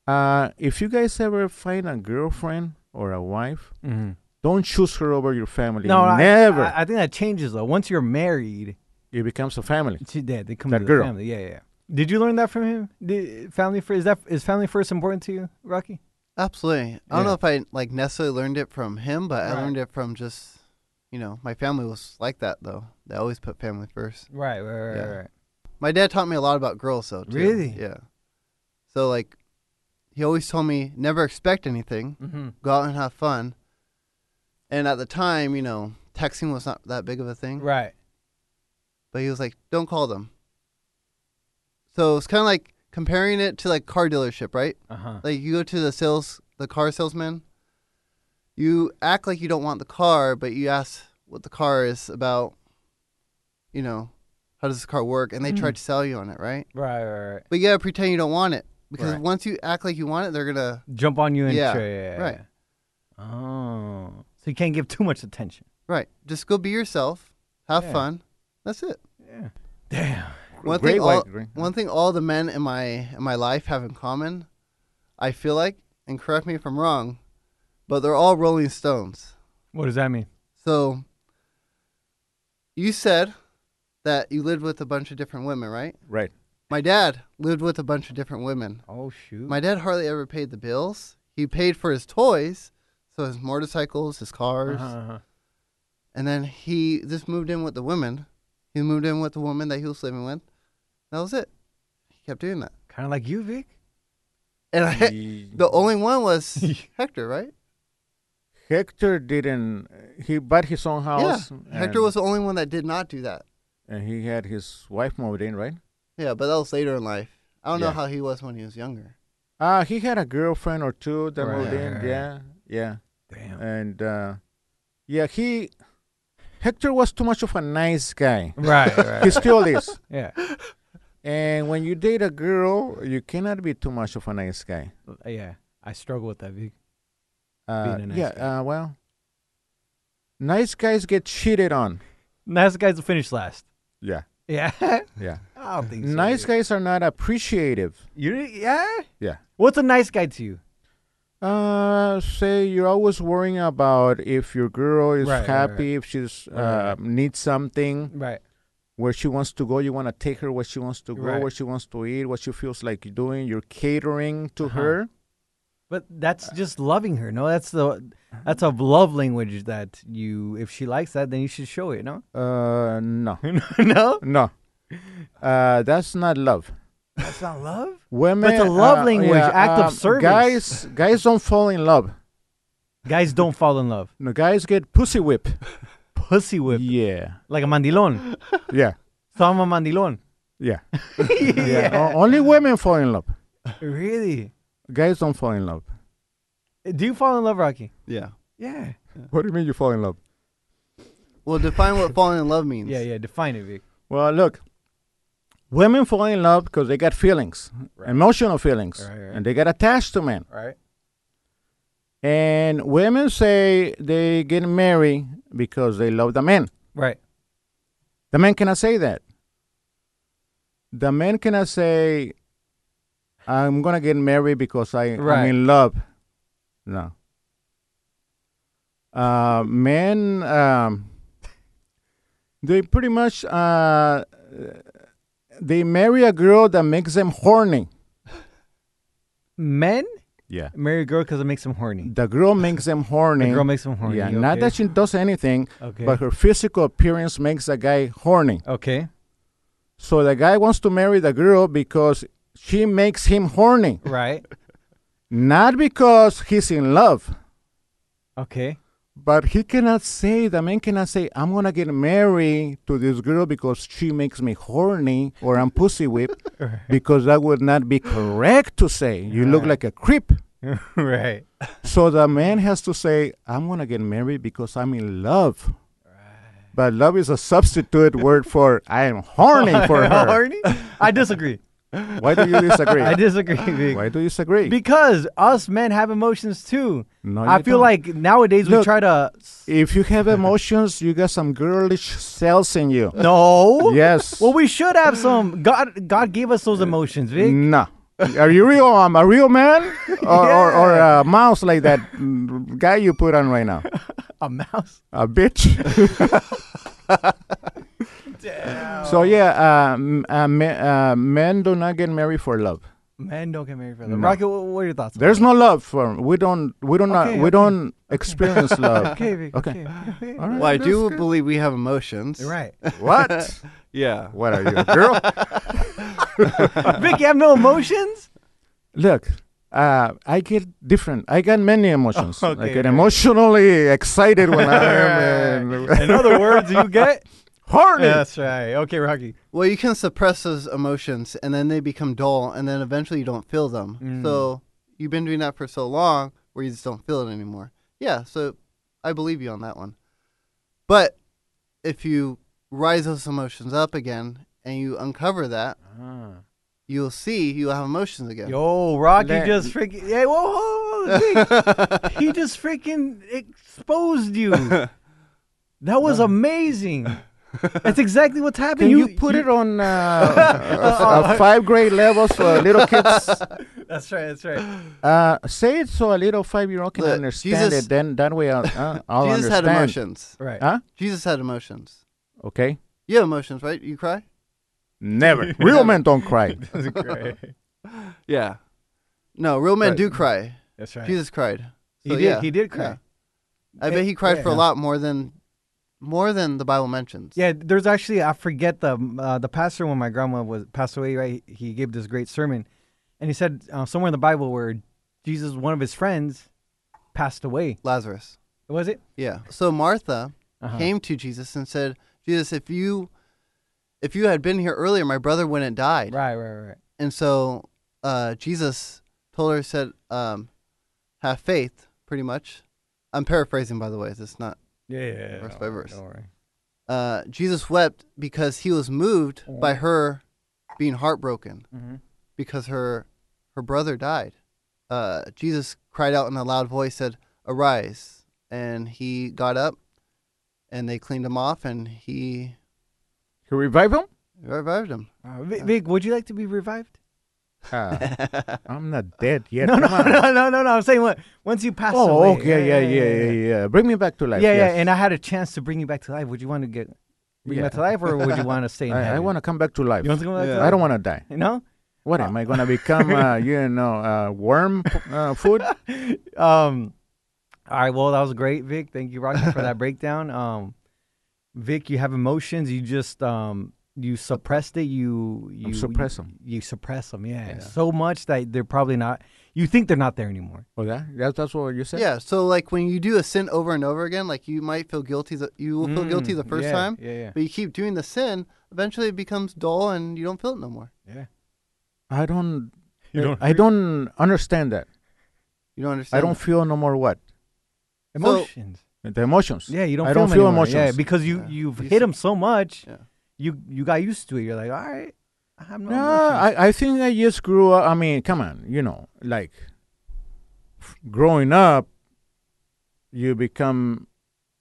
Speaker 1: Uh, if you guys ever find a girlfriend or a wife,
Speaker 3: Mm-hmm.
Speaker 1: don't choose her over your family.
Speaker 3: No, I-
Speaker 1: never.
Speaker 3: I, I, think that changes though. Once you're married,
Speaker 1: it becomes a family.
Speaker 3: to, yeah, they come
Speaker 1: That
Speaker 3: to the
Speaker 1: girl.
Speaker 3: family. Yeah, yeah. yeah. Did you learn that from him? Did, family first is that is family first important to you, Rocky?
Speaker 2: Absolutely. I don't
Speaker 3: Yeah.
Speaker 2: know if I like necessarily learned it from him, but
Speaker 3: Right.
Speaker 2: I learned it from just, you know, my family was like that though. They always put family first.
Speaker 3: Right, right, right,
Speaker 2: Yeah. My dad taught me a lot about girls though. Too.
Speaker 3: Really?
Speaker 2: Yeah. So like, he always told me never expect anything.
Speaker 3: Mm-hmm.
Speaker 2: Go out and have fun. And at the time, you know, texting was not that big of a thing.
Speaker 3: Right.
Speaker 2: But he was like, don't call them. So it's kind of like comparing it to like car dealership, right?
Speaker 3: Uh huh.
Speaker 2: like you go to the sales the car salesman you act like you don't want the car but you ask what the car is about you know how does this car work and they
Speaker 3: Mm.
Speaker 2: try to sell you on it right
Speaker 3: Right, right, right.
Speaker 2: but you gotta pretend you don't want it because
Speaker 3: Right.
Speaker 2: once you act like you want it they're gonna
Speaker 3: Jump on you and
Speaker 2: Yeah,
Speaker 3: try- yeah, yeah,
Speaker 2: right.
Speaker 3: yeah. Oh, so you can't give too much attention.
Speaker 2: right just go be yourself have
Speaker 3: Yeah.
Speaker 2: fun that's it
Speaker 3: Yeah. Damn.
Speaker 2: one
Speaker 1: Great
Speaker 2: thing
Speaker 1: white
Speaker 2: all,
Speaker 1: green.
Speaker 2: one thing all the men in my in my life have in common i feel like and correct me if i'm wrong but they're all rolling stones
Speaker 3: What does that mean?
Speaker 2: So you said that you lived with a bunch of different women, right? (laughs)
Speaker 1: Right.
Speaker 2: My dad lived with a bunch of different women.
Speaker 3: Oh shoot.
Speaker 2: My dad hardly ever paid the bills. He paid for his toys, so his motorcycles, his cars,
Speaker 3: Uh-huh, uh-huh.
Speaker 2: and then he just moved in with the women. He moved in with the woman that he was living with. That was it. He kept doing that.
Speaker 3: Kind of like you, Vic.
Speaker 2: And I,
Speaker 1: He-
Speaker 2: the only one was Hector, right?
Speaker 1: Hector didn't. He bought his own house.
Speaker 2: yeah.
Speaker 1: and-
Speaker 2: Hector was the only one that did not do that.
Speaker 1: and he had his wife moved in, right?
Speaker 2: Yeah, but that was later in life. I don't
Speaker 1: Yeah.
Speaker 2: know how he was when he was younger.
Speaker 1: Uh he had a girlfriend or two that moved
Speaker 3: Right.
Speaker 1: in. Yeah, yeah,
Speaker 3: Damn.
Speaker 1: and uh, yeah, he Hector was too much of a nice guy.
Speaker 3: Right,
Speaker 1: He (laughs)
Speaker 3: right.
Speaker 1: still
Speaker 2: (laughs)
Speaker 1: is.
Speaker 3: yeah.
Speaker 1: And when you date a girl, you cannot be too much of a nice guy.
Speaker 3: Yeah. I struggle with that, Vic.
Speaker 1: Uh,
Speaker 3: Being a nice
Speaker 1: yeah,
Speaker 3: guy.
Speaker 1: Uh, well, nice guys get cheated on.
Speaker 3: Nice guys will finish last.
Speaker 1: Yeah,
Speaker 3: Yeah. (laughs)
Speaker 1: yeah.
Speaker 3: I don't think so.
Speaker 1: Nice
Speaker 3: Vic.
Speaker 1: guys are not appreciative.
Speaker 3: You yeah?
Speaker 1: Yeah.
Speaker 3: What's a nice guy to you?
Speaker 1: Uh, say you're always worrying about if your girl is
Speaker 3: Right, right,
Speaker 1: happy, if she's
Speaker 3: Right, right,
Speaker 1: uh, needs something,
Speaker 3: Right.
Speaker 1: where she wants to go. You want to take her where she wants to go,
Speaker 3: Right.
Speaker 1: where she wants to eat, what she feels like doing. You're catering to
Speaker 3: Uh-huh.
Speaker 1: her.
Speaker 3: But that's just loving her. No, that's the that's a love language that you if she likes that then you should show it, no?
Speaker 1: Uh, (laughs) no,
Speaker 3: no? (laughs)
Speaker 1: no. Uh, that's not love.
Speaker 3: That's not love?
Speaker 1: Women.
Speaker 3: a love
Speaker 1: uh,
Speaker 3: language,
Speaker 1: yeah,
Speaker 3: act of
Speaker 1: um,
Speaker 3: service.
Speaker 1: Guys, guys don't fall in love.
Speaker 3: Guys don't fall in love.
Speaker 1: No, guys get pussy whip.
Speaker 3: Pussy whip.
Speaker 1: Yeah,
Speaker 3: Like a
Speaker 1: (laughs)
Speaker 3: mandilon.
Speaker 1: yeah,
Speaker 3: So I'm a mandilon. (laughs)
Speaker 1: yeah. yeah. O- only women fall in love.
Speaker 3: Really?
Speaker 1: Guys don't fall in love.
Speaker 3: Do you fall in love, Rocky?
Speaker 2: Yeah.
Speaker 3: Yeah.
Speaker 1: What do you mean you fall in love?
Speaker 2: Well, define what falling in love means.
Speaker 3: Yeah, yeah. Define it, Vic.
Speaker 1: Well, look, Women fall in love because they got feelings, emotional feelings,
Speaker 3: Right, right.
Speaker 1: and they get attached to men.
Speaker 3: Right.
Speaker 1: And women say they get married because they love the man.
Speaker 3: Right.
Speaker 1: The man cannot say that. The man cannot say, I'm going to get married because I,
Speaker 3: Right.
Speaker 1: I'm in love. No. Uh, men, um, they pretty much, uh, they marry a girl that makes them horny.
Speaker 3: Men
Speaker 1: Yeah.
Speaker 3: marry a girl because it makes them horny.
Speaker 1: The girl makes them horny.
Speaker 3: The girl makes them horny.
Speaker 1: Yeah, not that she does anything,
Speaker 3: Okay.
Speaker 1: but her physical appearance makes a guy horny.
Speaker 3: okay.
Speaker 1: So the guy wants to marry the girl because she makes him horny,
Speaker 3: Right.
Speaker 1: not because he's in love. (laughs)
Speaker 3: Okay.
Speaker 1: But he cannot say, the man cannot say, I'm going to get married to this girl because she makes me horny or I'm pussy (laughs) whipped, because that would not be correct to say. You look like a creep.
Speaker 3: right.
Speaker 1: So the man has to say, I'm going to get married because I'm in love. But love is a substitute word for (laughs) I am horny for her.
Speaker 3: (laughs) horny? I disagree.
Speaker 1: Why do you (laughs) disagree?
Speaker 3: I disagree. Vic.
Speaker 1: Why do you disagree?
Speaker 3: Because us men have emotions too.
Speaker 1: No,
Speaker 3: I
Speaker 1: you
Speaker 3: feel
Speaker 1: don't.
Speaker 3: like nowadays we
Speaker 1: Look.
Speaker 3: try to.
Speaker 1: If you
Speaker 3: Uh-huh.
Speaker 1: have emotions, you got some girlish cells in you.
Speaker 3: No.
Speaker 1: Yes. Uh,
Speaker 3: Well, we should have some. God, God gave us those emotions, Vic.
Speaker 1: no. Are you real? I'm a real man,
Speaker 3: (laughs)
Speaker 1: or, or, or a mouse like that mm, guy you put on right now,
Speaker 3: A mouse.
Speaker 1: a
Speaker 3: (laughs)
Speaker 1: bitch. So yeah, um, uh, men, uh, men do not get married for love.
Speaker 3: Men don't get married for love. Rocket, what, what are your thoughts? on
Speaker 1: There's
Speaker 3: that?
Speaker 1: no love for we don't we don't not,
Speaker 3: Okay,
Speaker 1: we
Speaker 3: okay.
Speaker 1: don't experience love.
Speaker 3: (laughs) Okay, Vic.
Speaker 1: Okay.
Speaker 3: Okay.
Speaker 1: (laughs)
Speaker 3: okay.
Speaker 1: All right.
Speaker 2: Well, I do believe we have emotions.
Speaker 3: You're right.
Speaker 1: What?
Speaker 2: Yeah.
Speaker 1: what are you, a girl?
Speaker 3: Vic, you have
Speaker 1: (laughs)
Speaker 3: no emotions?
Speaker 1: Look, uh, I get different. I get many emotions. I
Speaker 3: (laughs) okay,
Speaker 1: get
Speaker 3: okay.
Speaker 1: emotionally excited when I
Speaker 3: (laughs)
Speaker 1: am in-
Speaker 3: In other words, you get?
Speaker 1: horny.
Speaker 3: That's right. Okay, Rocky.
Speaker 2: Well, you can suppress those emotions and then they become dull and then eventually you don't feel them.
Speaker 3: Mm.
Speaker 2: So you've been doing that for so long where you just don't feel it anymore. Yeah, so I believe you on that one. But if you rise those emotions up again and you uncover that,
Speaker 3: Ah.
Speaker 2: you'll see you'll have emotions again.
Speaker 3: Yo, Rocky
Speaker 1: Let-
Speaker 3: just freaking. Hey, whoa, whoa, whoa, Vic. he just freaking exposed you. That was amazing. That's exactly what's happening.
Speaker 1: Can you, put it on
Speaker 3: (laughs)
Speaker 1: uh, uh, five grade levels for little
Speaker 3: (laughs)
Speaker 1: kids?
Speaker 3: That's right. That's right.
Speaker 1: Uh, say it so a little five year old can
Speaker 2: Look,
Speaker 1: understand
Speaker 2: Jesus-
Speaker 1: it. Then that way I'll,
Speaker 3: (laughs)
Speaker 1: uh, I'll
Speaker 2: Jesus
Speaker 1: understand.
Speaker 2: had emotions.
Speaker 3: Right.
Speaker 1: Huh?
Speaker 2: Jesus had emotions.
Speaker 1: Okay.
Speaker 2: You have emotions, right? You cry?
Speaker 3: (laughs)
Speaker 1: Never. Real men don't cry.
Speaker 3: That's great.
Speaker 2: Yeah. No, real men
Speaker 3: Right.
Speaker 2: do cry.
Speaker 3: That's right.
Speaker 2: Jesus cried.
Speaker 3: he
Speaker 2: So,
Speaker 3: did.
Speaker 2: yeah.
Speaker 3: He did
Speaker 2: Yeah.
Speaker 3: cry.
Speaker 2: I bet he cried for a lot more than more than the Bible mentions.
Speaker 3: Yeah, there's actually I forget the uh, the pastor when my grandma was passed away. Right, he gave this great sermon, and he said uh, somewhere in the Bible where Jesus, one of his friends, passed away.
Speaker 2: Lazarus.
Speaker 3: Was it?
Speaker 2: Yeah. So Martha
Speaker 3: Uh-huh.
Speaker 2: came to Jesus and said, "Jesus, if you if you had been here earlier, my brother wouldn't have died."
Speaker 3: Right, right, right.
Speaker 2: And so uh, Jesus told her, said, um, "Have faith." Pretty much. I'm paraphrasing, by the way. It's not.
Speaker 3: Yeah, yeah.
Speaker 2: Verse by verse. Uh, Jesus wept because he was moved by her being heartbroken
Speaker 3: Mhm.
Speaker 2: because her her brother died. Uh, Jesus cried out in a loud voice, said, "Arise!" And he got up, and they cleaned him off, and he
Speaker 1: You revive
Speaker 2: (laughs)
Speaker 1: him?
Speaker 2: revived him.
Speaker 3: Uh, Vic, Vic, would you like to be revived?
Speaker 1: Uh, I'm not dead yet.
Speaker 3: no, (laughs) no,
Speaker 1: Come on.
Speaker 3: no, no, no, no. I'm saying what once you pass away.
Speaker 1: Oh, okay, yeah, yeah, yeah,
Speaker 3: yeah.
Speaker 1: yeah, yeah. Bring me back to life.
Speaker 3: Yeah, yeah,
Speaker 1: yes.
Speaker 3: And I had a chance to bring you back to life. Would you want to get bring you back to life, or would you want to stay in
Speaker 1: (laughs) I,
Speaker 3: heaven?
Speaker 1: I want to come back to life.
Speaker 3: You want to go back to
Speaker 1: I don't want to die.
Speaker 3: You know,
Speaker 1: What am I (laughs) gonna become? Uh, you know, uh, worm uh, food.
Speaker 3: Um, all right. Well, that was great, Vic. Thank you, Rocky,
Speaker 1: (laughs)
Speaker 3: for that breakdown. Um, Vic, you have emotions. You just um, you suppressed it. You you
Speaker 1: suppress 'em.
Speaker 3: You, suppress them. Yeah, So much that they're probably not. You think they're not there anymore.
Speaker 1: (laughs) Oh, that, that that's what you said.
Speaker 2: Yeah. So like when you do a sin over and over again, like you might feel guilty. The, you will feel guilty the first
Speaker 3: Mm, yeah,
Speaker 2: time.
Speaker 3: yeah, yeah.
Speaker 2: But you keep doing the sin. Eventually, it becomes dull, and you don't feel it no more.
Speaker 3: Yeah.
Speaker 1: I don't. I, I don't understand that.
Speaker 2: You don't understand.
Speaker 1: I don't
Speaker 2: that.
Speaker 1: feel no more what
Speaker 3: Emotions.
Speaker 1: the emotions.
Speaker 3: yeah, you don't.
Speaker 1: I
Speaker 3: feel
Speaker 1: don't
Speaker 3: 'em
Speaker 1: feel
Speaker 3: anymore. Yeah,
Speaker 1: emotions.
Speaker 3: because you
Speaker 2: Yeah.
Speaker 3: you've
Speaker 2: You
Speaker 3: hit
Speaker 2: su-
Speaker 3: them so much.
Speaker 2: Yeah.
Speaker 3: You you got used to it. You're like, all right, I'm not.
Speaker 1: No,
Speaker 3: emotional."
Speaker 1: I, I think I just grew up. I mean, come on, you know, like f- growing up, you become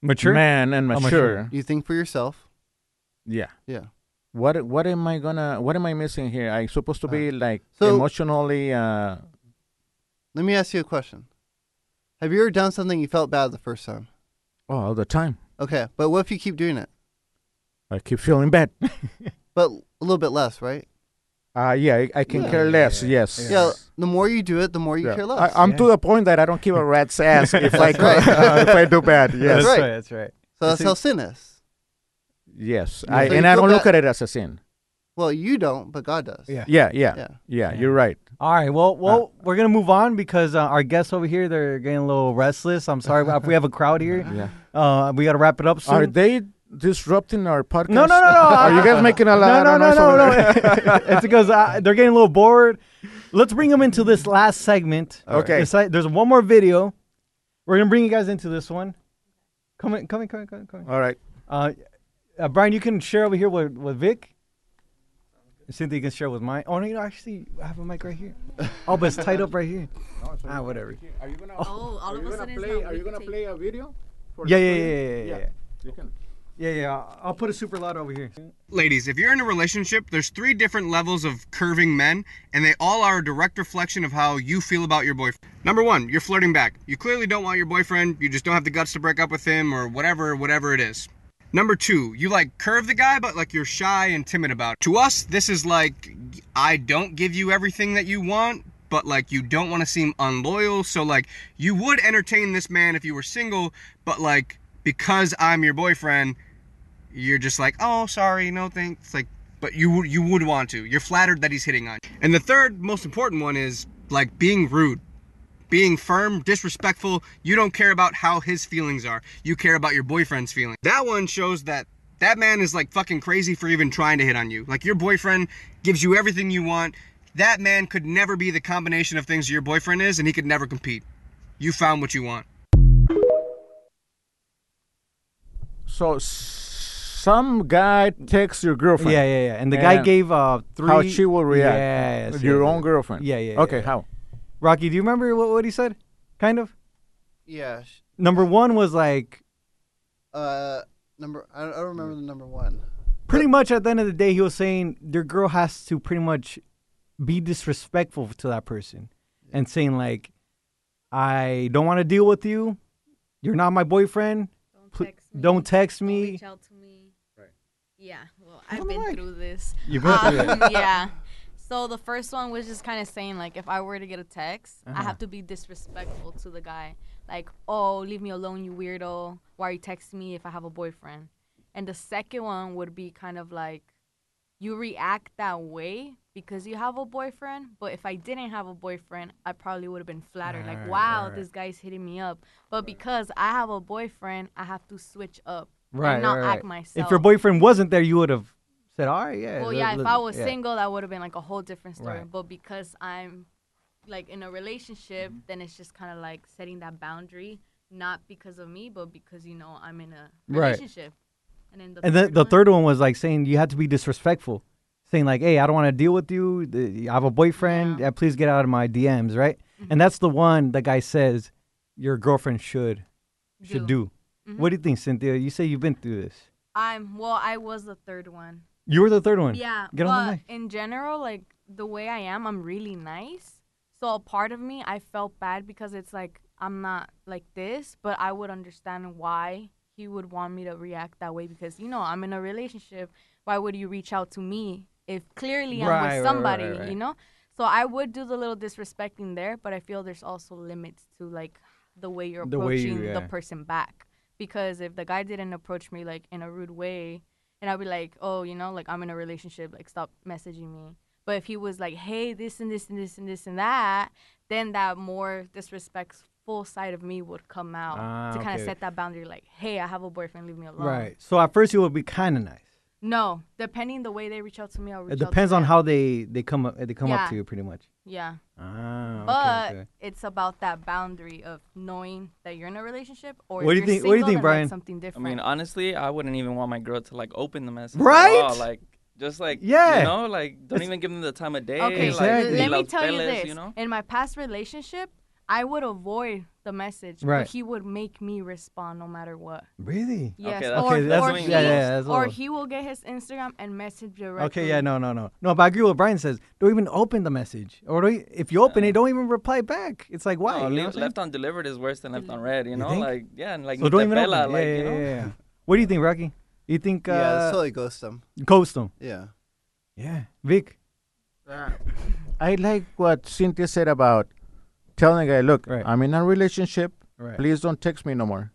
Speaker 3: mature.
Speaker 1: man and
Speaker 3: Oh,
Speaker 1: mature.
Speaker 3: mature.
Speaker 2: You think for yourself.
Speaker 1: Yeah.
Speaker 2: Yeah.
Speaker 1: What what am I gonna? What am I missing here? I'm supposed
Speaker 3: Uh,
Speaker 1: to be like
Speaker 2: so-
Speaker 1: emotionally. Uh,
Speaker 2: Let me ask you a question. Have you ever done something you felt bad the first time?
Speaker 1: oh, all the time.
Speaker 2: Okay, but what if you keep doing it?
Speaker 1: I keep feeling
Speaker 3: (laughs)
Speaker 1: bad.
Speaker 2: But a little bit less, right?
Speaker 1: uh, yeah, I, I can
Speaker 2: Yeah.
Speaker 1: care
Speaker 3: Yeah,
Speaker 1: less.
Speaker 3: yeah, yeah.
Speaker 1: Yes.
Speaker 2: Yeah.
Speaker 3: Yeah.
Speaker 2: The more you do it, the more you
Speaker 1: Yeah.
Speaker 2: care
Speaker 1: I,
Speaker 2: less.
Speaker 1: I'm to
Speaker 3: Yeah.
Speaker 1: the point that I don't give a
Speaker 3: (laughs)
Speaker 1: rat's ass if I
Speaker 2: That's right.
Speaker 1: uh, if I do
Speaker 2: (laughs)
Speaker 1: bad. Yes.
Speaker 3: (laughs) That's
Speaker 2: right.
Speaker 3: right. That's right.
Speaker 2: so that's
Speaker 3: see-
Speaker 2: how sin is.
Speaker 1: Yes.
Speaker 2: Yeah.
Speaker 1: I,
Speaker 2: So you
Speaker 1: and I
Speaker 2: feel
Speaker 1: don't look
Speaker 2: bad-
Speaker 1: at it as a sin.
Speaker 2: Well, you don't, but God does.
Speaker 3: Yeah.
Speaker 1: Yeah. Yeah. Yeah.
Speaker 2: Yeah.
Speaker 3: Yeah.
Speaker 1: You're right.
Speaker 3: All right. Well, well, we're gonna move on because uh, our guests over here they're getting a little restless. I'm sorry if we have a crowd here.
Speaker 1: (laughs) Yeah.
Speaker 3: Uh, we gotta wrap it up soon.
Speaker 1: Are they disrupting our podcast?
Speaker 3: no, no, no, no.
Speaker 1: (laughs) Are you guys making a lot
Speaker 3: no,
Speaker 1: of
Speaker 3: no,
Speaker 1: noise?
Speaker 3: no,
Speaker 1: over
Speaker 3: no,
Speaker 1: there?
Speaker 3: (laughs) no. it's because uh, they're getting a little bored. Let's bring them into this last segment.
Speaker 1: Okay.
Speaker 3: This si- there's one more video. We're gonna bring you guys into this one. Come in, come in, come in, come in, come in.
Speaker 1: All right.
Speaker 3: Uh, uh, Brian, you can share over here with with Vic. Cynthia can share with mine. Oh no, you know, actually, I have a mic right here. Oh, but it's tied up right (laughs) here. Ah, whatever.
Speaker 1: Are you gonna?
Speaker 4: Oh, all of a sudden it's not weak tape.
Speaker 1: a video?
Speaker 3: Yeah, yeah, yeah, yeah, yeah, yeah, yeah.
Speaker 1: You can.
Speaker 3: Yeah, yeah. I'll put a super loud over here.
Speaker 6: Ladies, if you're in a relationship, there's three different levels of curving men, and they all are a direct reflection of how you feel about your boyfriend. Number one, you're flirting back. You clearly don't want your boyfriend, you just don't have the guts to break up with him, or whatever, whatever it is. Number two, you like curve the guy, but like you're shy and timid about it. To us, this is like, I don't give you everything that you want, but like you don't want to seem unloyal. So like you would entertain this man if you were single, but like because I'm your boyfriend, you're just like, oh, sorry, no thanks. Like, but you would- you would want to. You're flattered that he's hitting on. you. And the third most important one is like being rude, being firm, disrespectful. You don't care about how his feelings are. You care about your boyfriend's feelings. That one shows that that man is like fucking crazy for even trying to hit on you. Like your boyfriend gives you everything you want. That man could never be the combination of things your boyfriend is, and he could never compete. You found what you want.
Speaker 1: So s- some guy texts your girlfriend.
Speaker 3: Yeah, yeah, yeah. And the guy
Speaker 1: And
Speaker 3: gave uh three.
Speaker 1: How she will react?
Speaker 3: Yes,
Speaker 1: your
Speaker 3: yes,
Speaker 1: own
Speaker 3: yes.
Speaker 1: girlfriend.
Speaker 3: Yeah, yeah,
Speaker 1: Okay.
Speaker 3: yeah.
Speaker 1: How?
Speaker 3: Rocky, do you remember what, what he said? Kind of.
Speaker 2: Yeah. sh-
Speaker 3: Number one was like
Speaker 2: Uh, number I don't I don't remember the number one.
Speaker 3: pretty much at the end of the day, he was saying your girl has to pretty much be disrespectful to that person and saying like, I don't want to deal with you. You're not my boyfriend.
Speaker 4: Don't
Speaker 3: Pl-
Speaker 4: text me.
Speaker 3: Don't text
Speaker 4: Don't
Speaker 3: me.
Speaker 4: reach out to me. Yeah. Well, I've been
Speaker 3: like-
Speaker 4: through this.
Speaker 3: You've been through
Speaker 4: Um,
Speaker 3: (laughs)
Speaker 4: yeah. So the first one was just kind of saying like, if I were to get a text, I
Speaker 3: Uh-huh.
Speaker 4: have to be disrespectful to the guy. Like, oh, leave me alone, you weirdo. Why are you texting me if I have a boyfriend? And the second one would be kind of like, you react that way because you have a boyfriend. But if I didn't have a boyfriend, I probably would have been flattered. Like, wow, this guy's hitting me up. But because I have a boyfriend, I have to switch up
Speaker 3: Right.
Speaker 4: and not
Speaker 3: right, right.
Speaker 4: act myself.
Speaker 3: If your boyfriend wasn't there, you would have said, "All right, yeah."
Speaker 4: Well,
Speaker 3: let-
Speaker 4: yeah, if
Speaker 3: let-
Speaker 4: I was
Speaker 3: yeah."
Speaker 4: single, that would have been like a whole different story.
Speaker 3: Right.
Speaker 4: But because I'm like in a relationship,
Speaker 3: Mm-hmm.
Speaker 4: then it's just kind of like setting that boundary, not because of me, but because you know I'm in a
Speaker 3: Right.
Speaker 4: relationship. And then the
Speaker 3: And then the third one was like saying you had to be disrespectful, saying like, "Hey, I don't want to deal with you. Th- I have a boyfriend.
Speaker 4: Yeah. Mm-hmm.
Speaker 3: Uh, please get out of my DMs." Right? And that's the one the guy says your girlfriend should should do. What
Speaker 4: Mm-hmm.
Speaker 3: do you think, Cynthia? You say you've been through this.
Speaker 4: I'm well, I was the third one.
Speaker 3: You were the third one.
Speaker 4: Yeah,
Speaker 3: Get
Speaker 4: but
Speaker 3: on the mic.
Speaker 4: in general, like the way I am, I'm really nice. So a part of me, I felt bad because it's like I'm not like this, but I would understand why he would want me to react that way because you know I'm in a relationship. Why would you reach out to me if clearly
Speaker 3: Right,
Speaker 4: I'm
Speaker 3: right, right,
Speaker 4: with somebody?
Speaker 3: right.
Speaker 4: You know. So I would do the little disrespecting there, but I feel there's also limits to like the way you're
Speaker 3: The way you-
Speaker 4: approaching the
Speaker 3: yeah.
Speaker 4: person back. Because if the guy didn't approach me like in a rude way, and I'd be like, oh, you know, like I'm in a relationship, like stop messaging me. But if he was like, hey, this and this and this and this and that, then that more disrespectful side of me would come out
Speaker 3: Ah,
Speaker 4: to kind of
Speaker 3: okay.
Speaker 4: set that boundary, like, hey, I have a boyfriend, leave me alone.
Speaker 3: Right. So at first you would be kind of nice.
Speaker 4: No, depending the way they reach out to me, I'll reach
Speaker 3: It
Speaker 4: out to
Speaker 3: depends on
Speaker 4: them.
Speaker 3: how they they come up they come
Speaker 4: Yeah.
Speaker 3: up to you pretty much.
Speaker 4: Yeah,
Speaker 3: Ah. okay,
Speaker 4: but
Speaker 3: okay.
Speaker 4: it's about that boundary of knowing that you're in a relationship or
Speaker 3: What do
Speaker 4: if
Speaker 3: you
Speaker 4: you're
Speaker 3: think- what do you think,
Speaker 4: single, then, like,
Speaker 3: Brian?
Speaker 4: Something
Speaker 7: I
Speaker 4: different.
Speaker 7: mean, honestly, I wouldn't even want my girl to like open the message.
Speaker 3: Right?
Speaker 7: At all. Like, Just like
Speaker 3: Yeah.
Speaker 7: you know, like don't
Speaker 3: It's-
Speaker 7: even give them the time of day.
Speaker 4: Okay,
Speaker 7: like,
Speaker 3: Exactly.
Speaker 7: they
Speaker 4: let me
Speaker 7: love
Speaker 4: tell you
Speaker 7: fellas,
Speaker 4: this.
Speaker 7: You know,
Speaker 4: In my past relationship, I would avoid the message,
Speaker 3: Right.
Speaker 4: but he would make me respond no matter what.
Speaker 3: Really?
Speaker 4: Yes,
Speaker 7: that's-
Speaker 4: or,
Speaker 7: Okay, that's
Speaker 4: or,
Speaker 7: what-
Speaker 4: he,
Speaker 7: yeah,
Speaker 3: yeah, that's
Speaker 4: or
Speaker 3: what-
Speaker 4: he will get his Instagram and message directly.
Speaker 3: Okay, yeah, no, no, no, no. But I agree with what Brian says. Don't even open the message, or don't, e- if you open it, don't even reply back. It's like why?
Speaker 7: No,
Speaker 3: You know
Speaker 7: leave-
Speaker 3: what I'm saying?
Speaker 7: left undelivered is worse than left
Speaker 4: Mm.
Speaker 7: unread. You know,
Speaker 3: think?
Speaker 7: like yeah, and like
Speaker 3: so don't even open.
Speaker 7: Nutella,
Speaker 3: it.
Speaker 7: like
Speaker 3: yeah, yeah,
Speaker 7: you know.
Speaker 3: yeah, yeah. What do you think, Rocky? You think uh,
Speaker 2: yeah, totally ghost them.
Speaker 3: ghost them?
Speaker 2: Yeah.
Speaker 3: Yeah, Vic.
Speaker 1: I like what Cynthia said about telling the guy, look,
Speaker 3: Right.
Speaker 1: I'm in a relationship.
Speaker 3: Right.
Speaker 1: Please don't text me no more.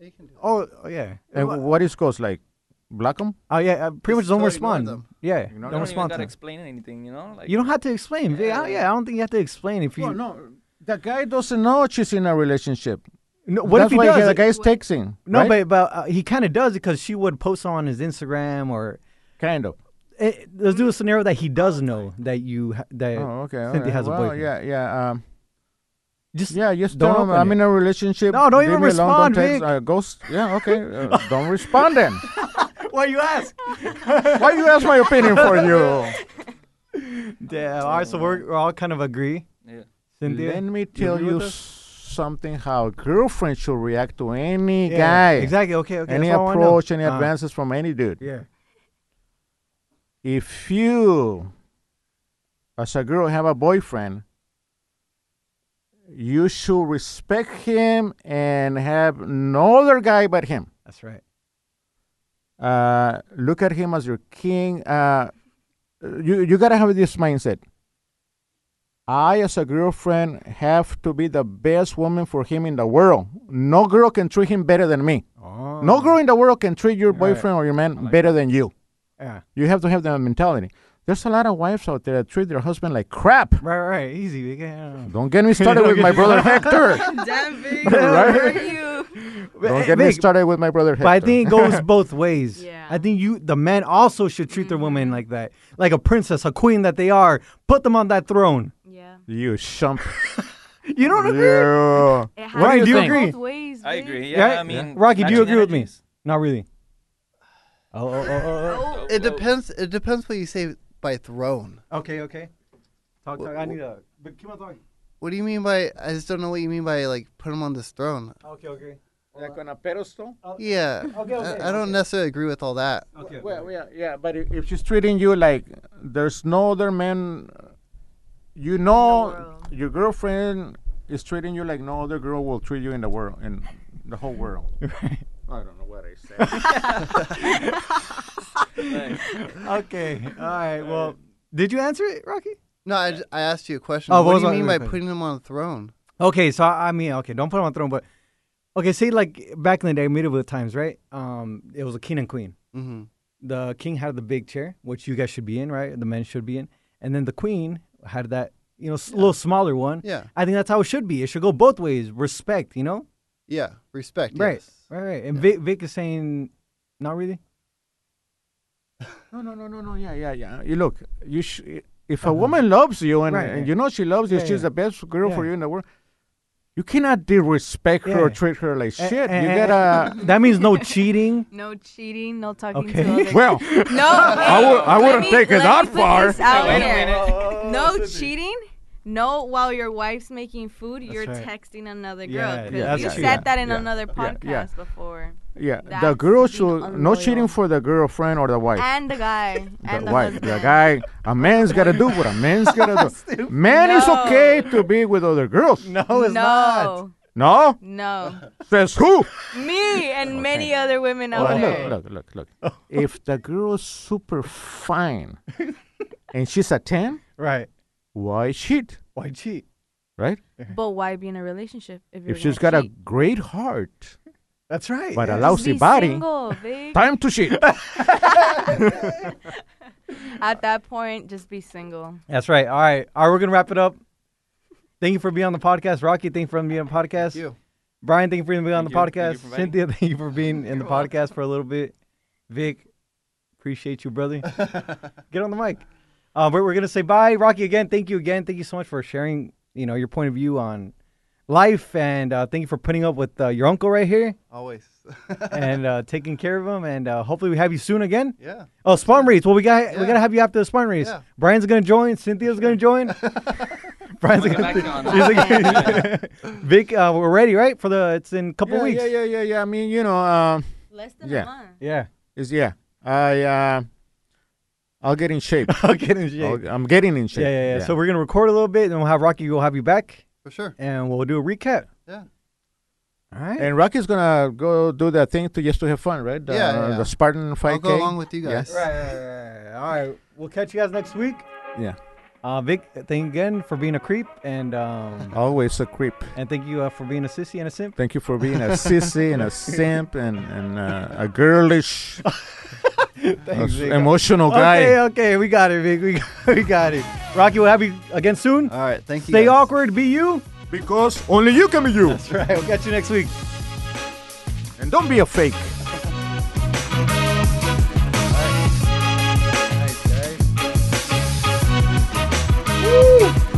Speaker 2: You can do that.
Speaker 3: Oh, oh, yeah.
Speaker 1: And
Speaker 3: Well,
Speaker 1: what is ghost like? Block him?
Speaker 3: oh yeah. Uh, pretty much
Speaker 2: Just
Speaker 3: don't
Speaker 2: totally ignore
Speaker 3: respond.
Speaker 2: them.
Speaker 3: Yeah,
Speaker 1: Ignore
Speaker 7: You
Speaker 1: them.
Speaker 3: don't
Speaker 7: don't even
Speaker 3: respond.
Speaker 7: gotta
Speaker 3: To them.
Speaker 7: explain anything. You know, like
Speaker 3: You don't have to explain. Vic. I, yeah, I don't think you have to explain if you.
Speaker 1: Well, no, the guy doesn't know she's in a relationship.
Speaker 3: No, what
Speaker 1: That's
Speaker 3: if he
Speaker 1: why
Speaker 3: does?
Speaker 1: the
Speaker 3: Like-
Speaker 1: guy's texting.
Speaker 3: no,
Speaker 1: right?
Speaker 3: but but uh, he kind of does because she would post on his Instagram or
Speaker 1: kind of.
Speaker 3: Eh, let's do a scenario that he does know that you ha- that
Speaker 1: Oh, okay. all
Speaker 3: Cynthia
Speaker 1: right.
Speaker 3: has a
Speaker 1: well,
Speaker 3: boyfriend.
Speaker 1: Yeah, yeah. Um,
Speaker 3: Just
Speaker 1: yeah, just
Speaker 3: Don't
Speaker 1: tell him
Speaker 3: open
Speaker 1: I'm
Speaker 3: it.
Speaker 1: in a relationship.
Speaker 3: No, don't
Speaker 1: leave
Speaker 3: even
Speaker 1: me alone,
Speaker 3: respond,
Speaker 1: don't text,
Speaker 3: Vic.
Speaker 1: uh, ghost. Yeah, okay. Uh, don't respond
Speaker 3: (laughs)
Speaker 1: then.
Speaker 3: (laughs) Why
Speaker 1: (laughs)
Speaker 3: you ask?
Speaker 1: Why you ask my opinion for you?
Speaker 3: (laughs) Yeah, all right, so we're, we're all kind of agree.
Speaker 7: Yeah.
Speaker 3: Cynthia,
Speaker 1: Let me tell
Speaker 3: agree
Speaker 1: you
Speaker 3: with us?
Speaker 1: something how a girlfriend should react to any
Speaker 3: Yeah,
Speaker 1: guy.
Speaker 3: Exactly. Okay. Okay.
Speaker 1: Any
Speaker 3: that's all I wanna know.
Speaker 1: approach, any
Speaker 3: Uh,
Speaker 1: advances from any dude.
Speaker 3: Yeah.
Speaker 1: If you, as a girl, have a boyfriend, you should respect him and have no other guy but him.
Speaker 3: That's right.
Speaker 1: Uh, look at him as your king. Uh, you you gotta have this mindset. I, as a girlfriend, have to be the best woman for him in the world. No girl can treat him better than me.
Speaker 3: Oh.
Speaker 1: No girl in the world can treat your
Speaker 3: All right.
Speaker 1: boyfriend or your man better than you.
Speaker 3: Yeah.
Speaker 1: You have to have that mentality. There's a lot of wives out there that treat their husband like crap.
Speaker 3: Right. Right. Easy. we uh, can-
Speaker 1: Don't get me started with my
Speaker 3: (laughs)
Speaker 1: brother Hector.
Speaker 4: (laughs) Damn big.
Speaker 1: Right?
Speaker 4: Are
Speaker 7: (laughs)
Speaker 4: you?
Speaker 1: (laughs) Don't
Speaker 3: Eh,
Speaker 1: get me
Speaker 3: Vic,
Speaker 1: started with my brother Hector.
Speaker 3: But I think it goes both ways.
Speaker 4: Yeah.
Speaker 3: I think you, the man, also should treat their women like that, like a princess, a queen that they are. Put them on that throne.
Speaker 4: Yeah.
Speaker 1: you (laughs) shump.
Speaker 3: You know what I mean?
Speaker 1: you.
Speaker 4: It has
Speaker 3: Ryan,
Speaker 4: to
Speaker 3: do you
Speaker 4: go
Speaker 3: agree?
Speaker 4: Both ways,
Speaker 7: I
Speaker 4: babe.
Speaker 7: agree.
Speaker 3: Yeah,
Speaker 7: Yeah,
Speaker 3: yeah.
Speaker 7: I mean,
Speaker 3: Rocky, do you
Speaker 7: matching
Speaker 3: agree with me?
Speaker 7: energies.
Speaker 3: Not really. Oh. oh, oh,
Speaker 4: Oh,
Speaker 2: It depends. It depends what you say by throne.
Speaker 3: oh. okay. Okay. Talk. Talk. I need a. But keep on talking.
Speaker 2: What do you mean by? I just don't know what you mean by like put him on this throne.
Speaker 3: Okay. Okay.
Speaker 2: Yeah.
Speaker 3: Okay, okay,
Speaker 2: I, I don't necessarily agree with all that.
Speaker 3: Okay.
Speaker 1: Well, yeah, yeah, but i- if she's treating you like there's no other man, you know,
Speaker 4: world.
Speaker 1: your girlfriend is treating you like no other girl will treat you in the world, in the whole
Speaker 3: (laughs)
Speaker 1: world. I don't know what I said.
Speaker 3: okay. All right. Well, did you answer it, Rocky?
Speaker 2: No, I, j- I asked you a question.
Speaker 3: Oh, what
Speaker 2: what
Speaker 3: was
Speaker 2: do you
Speaker 3: my
Speaker 2: mean by
Speaker 3: question?
Speaker 2: putting him on a throne?
Speaker 3: Okay. So I mean, okay, don't put him on throne, but okay. Say like back in the day, medieval times, right? Um, it was a king and queen.
Speaker 2: Mm-hmm.
Speaker 3: The king had the big chair, which you guys should be in, right? The men should be in, and then the queen had that, you know, s little smaller one.
Speaker 2: Yeah.
Speaker 3: I think that's how it should be. It should go both ways. Respect, you know.
Speaker 2: Yeah. Respect.
Speaker 3: Right.
Speaker 2: yes.
Speaker 3: Right. Right. And Vic, Vic is saying, not really.
Speaker 1: no, no, no, no, no. Yeah, yeah, yeah. You look, you sh- if a woman loves you and,
Speaker 3: Uh-huh. Right,
Speaker 1: and
Speaker 3: right.
Speaker 1: you know she loves you,
Speaker 3: Yeah,
Speaker 1: she's
Speaker 3: yeah.
Speaker 1: the best girl for
Speaker 3: Yeah.
Speaker 1: you in the world. You cannot disrespect her or
Speaker 3: Yeah.
Speaker 1: treat her like
Speaker 3: Eh,
Speaker 1: shit.
Speaker 3: eh,
Speaker 1: you
Speaker 3: eh,
Speaker 1: gotta.
Speaker 3: eh. (laughs) That means no cheating.
Speaker 4: No cheating, no talking
Speaker 3: Okay.
Speaker 4: to
Speaker 1: (laughs)
Speaker 4: other
Speaker 3: (laughs)
Speaker 1: well,
Speaker 4: No, I,
Speaker 1: would- I wouldn't take it that far.
Speaker 4: Out
Speaker 7: Wait a
Speaker 4: here.
Speaker 7: minute.
Speaker 4: No cheating. No, while your wife's making food, you're
Speaker 3: right.
Speaker 4: texting another girl.
Speaker 3: Yeah,
Speaker 4: 'cause
Speaker 3: yeah, that's
Speaker 4: you
Speaker 1: cheating.
Speaker 4: said that in
Speaker 1: Yeah,
Speaker 4: another
Speaker 1: yeah,
Speaker 4: podcast
Speaker 1: yeah.
Speaker 4: before.
Speaker 1: yeah, the
Speaker 4: That's
Speaker 1: girl
Speaker 4: being
Speaker 1: should no cheating
Speaker 4: unloyal.
Speaker 1: for the girlfriend or the wife.
Speaker 4: And the guy.
Speaker 1: the
Speaker 4: and the
Speaker 1: wife,
Speaker 4: husband.
Speaker 1: the guy, a man's gotta do what a man's (laughs) gotta do. Man, it's
Speaker 4: No.
Speaker 1: okay to be with other girls.
Speaker 3: No,
Speaker 4: No,
Speaker 3: it's not.
Speaker 1: No,
Speaker 4: no.
Speaker 1: says who?
Speaker 4: Me and many other women out
Speaker 1: Well,
Speaker 4: there.
Speaker 1: look, look, look, look. if the girl's super (laughs) fine and she's a ten,
Speaker 3: Right.
Speaker 1: why cheat?
Speaker 3: Why cheat?
Speaker 1: Right?
Speaker 4: But why be in a relationship if you're
Speaker 1: If she's got
Speaker 4: gonna
Speaker 1: a
Speaker 4: cheat?
Speaker 1: great heart,
Speaker 3: That's right.
Speaker 1: but a
Speaker 3: yeah.
Speaker 1: lousy
Speaker 4: Be
Speaker 1: body,
Speaker 4: single, babe.
Speaker 1: time to (laughs) cheat.
Speaker 4: At that point, just be single.
Speaker 3: That's right. All right. All right. We're gonna wrap it up. Thank you for being on the podcast, Rocky. Thank you for being on the podcast.
Speaker 2: you.
Speaker 3: Brian, thank you for being on the
Speaker 7: Thank you. Thank
Speaker 3: podcast.
Speaker 7: you for inviting
Speaker 3: Cynthia, thank you for being in the podcast for a little bit. Vic, appreciate you,
Speaker 7: (laughs)
Speaker 3: brother. Get on the mic. Uh, but we're gonna say bye, Rocky. Again, thank you again. Thank you so much for sharing. You know your point of view on life, and uh, thank you for putting up with uh, your uncle right
Speaker 7: (laughs)
Speaker 3: here
Speaker 2: Always. (laughs)
Speaker 3: and uh, taking care of him. And uh, hopefully, we have you soon again.
Speaker 2: yeah.
Speaker 3: Oh, Spawn Reads. Well, we got we
Speaker 2: Yeah.
Speaker 3: gotta have you after the Spawn Reads.
Speaker 2: Yeah.
Speaker 3: Brian's gonna join. Cynthia's gonna join. Brian's
Speaker 7: I'll get
Speaker 3: gonna.
Speaker 7: back to you on that.
Speaker 3: She's
Speaker 7: (laughs)
Speaker 3: like, (laughs) Vic, uh, we're ready, right? For the it's in a couple
Speaker 1: yeah,
Speaker 3: weeks.
Speaker 1: yeah, yeah, yeah, yeah. I mean, you know, um,
Speaker 4: Less than
Speaker 1: Yeah.
Speaker 4: a month.
Speaker 3: (laughs) yeah.
Speaker 1: is yeah. I uh, I'll get in (laughs) shape.
Speaker 3: I'll get in shape.
Speaker 1: I'll, I'm getting in shape.
Speaker 3: Yeah, Oh, yeah, yeah, So we're gonna record a little bit, and we'll have Rocky. We'll have you back,
Speaker 2: For sure.
Speaker 3: and we'll do a recap.
Speaker 2: Yeah.
Speaker 3: All right.
Speaker 1: and Rocky's gonna go do that thing to just to have fun, right? The,
Speaker 2: Yeah, yeah, yeah.
Speaker 1: the Spartan 5K.
Speaker 2: I'll go along with you
Speaker 1: Yeah.
Speaker 2: guys.
Speaker 3: right, right, right, right. All right. We'll catch you guys next week.
Speaker 1: Yeah,
Speaker 3: Uh, Vic, thank you again for being a creep, and um,
Speaker 1: always a creep.
Speaker 3: and thank you uh, for being a sissy and a simp.
Speaker 1: Thank you for being a sissy and a simp and and uh, a (laughs) girlish,
Speaker 3: Thanks, Vic.
Speaker 1: emotional guy.
Speaker 3: Okay, okay, we got it, Vic. We got, (laughs) we got it. Rocky, we'll have you again soon.
Speaker 2: All right. Thank you.
Speaker 3: Stay
Speaker 2: guys.
Speaker 3: awkward, be you.
Speaker 1: uh, Because only you can be you,
Speaker 3: That's (laughs) right. We'll catch you next week.
Speaker 1: and don't be a fake.
Speaker 2: Thanks, guys.
Speaker 3: Woo!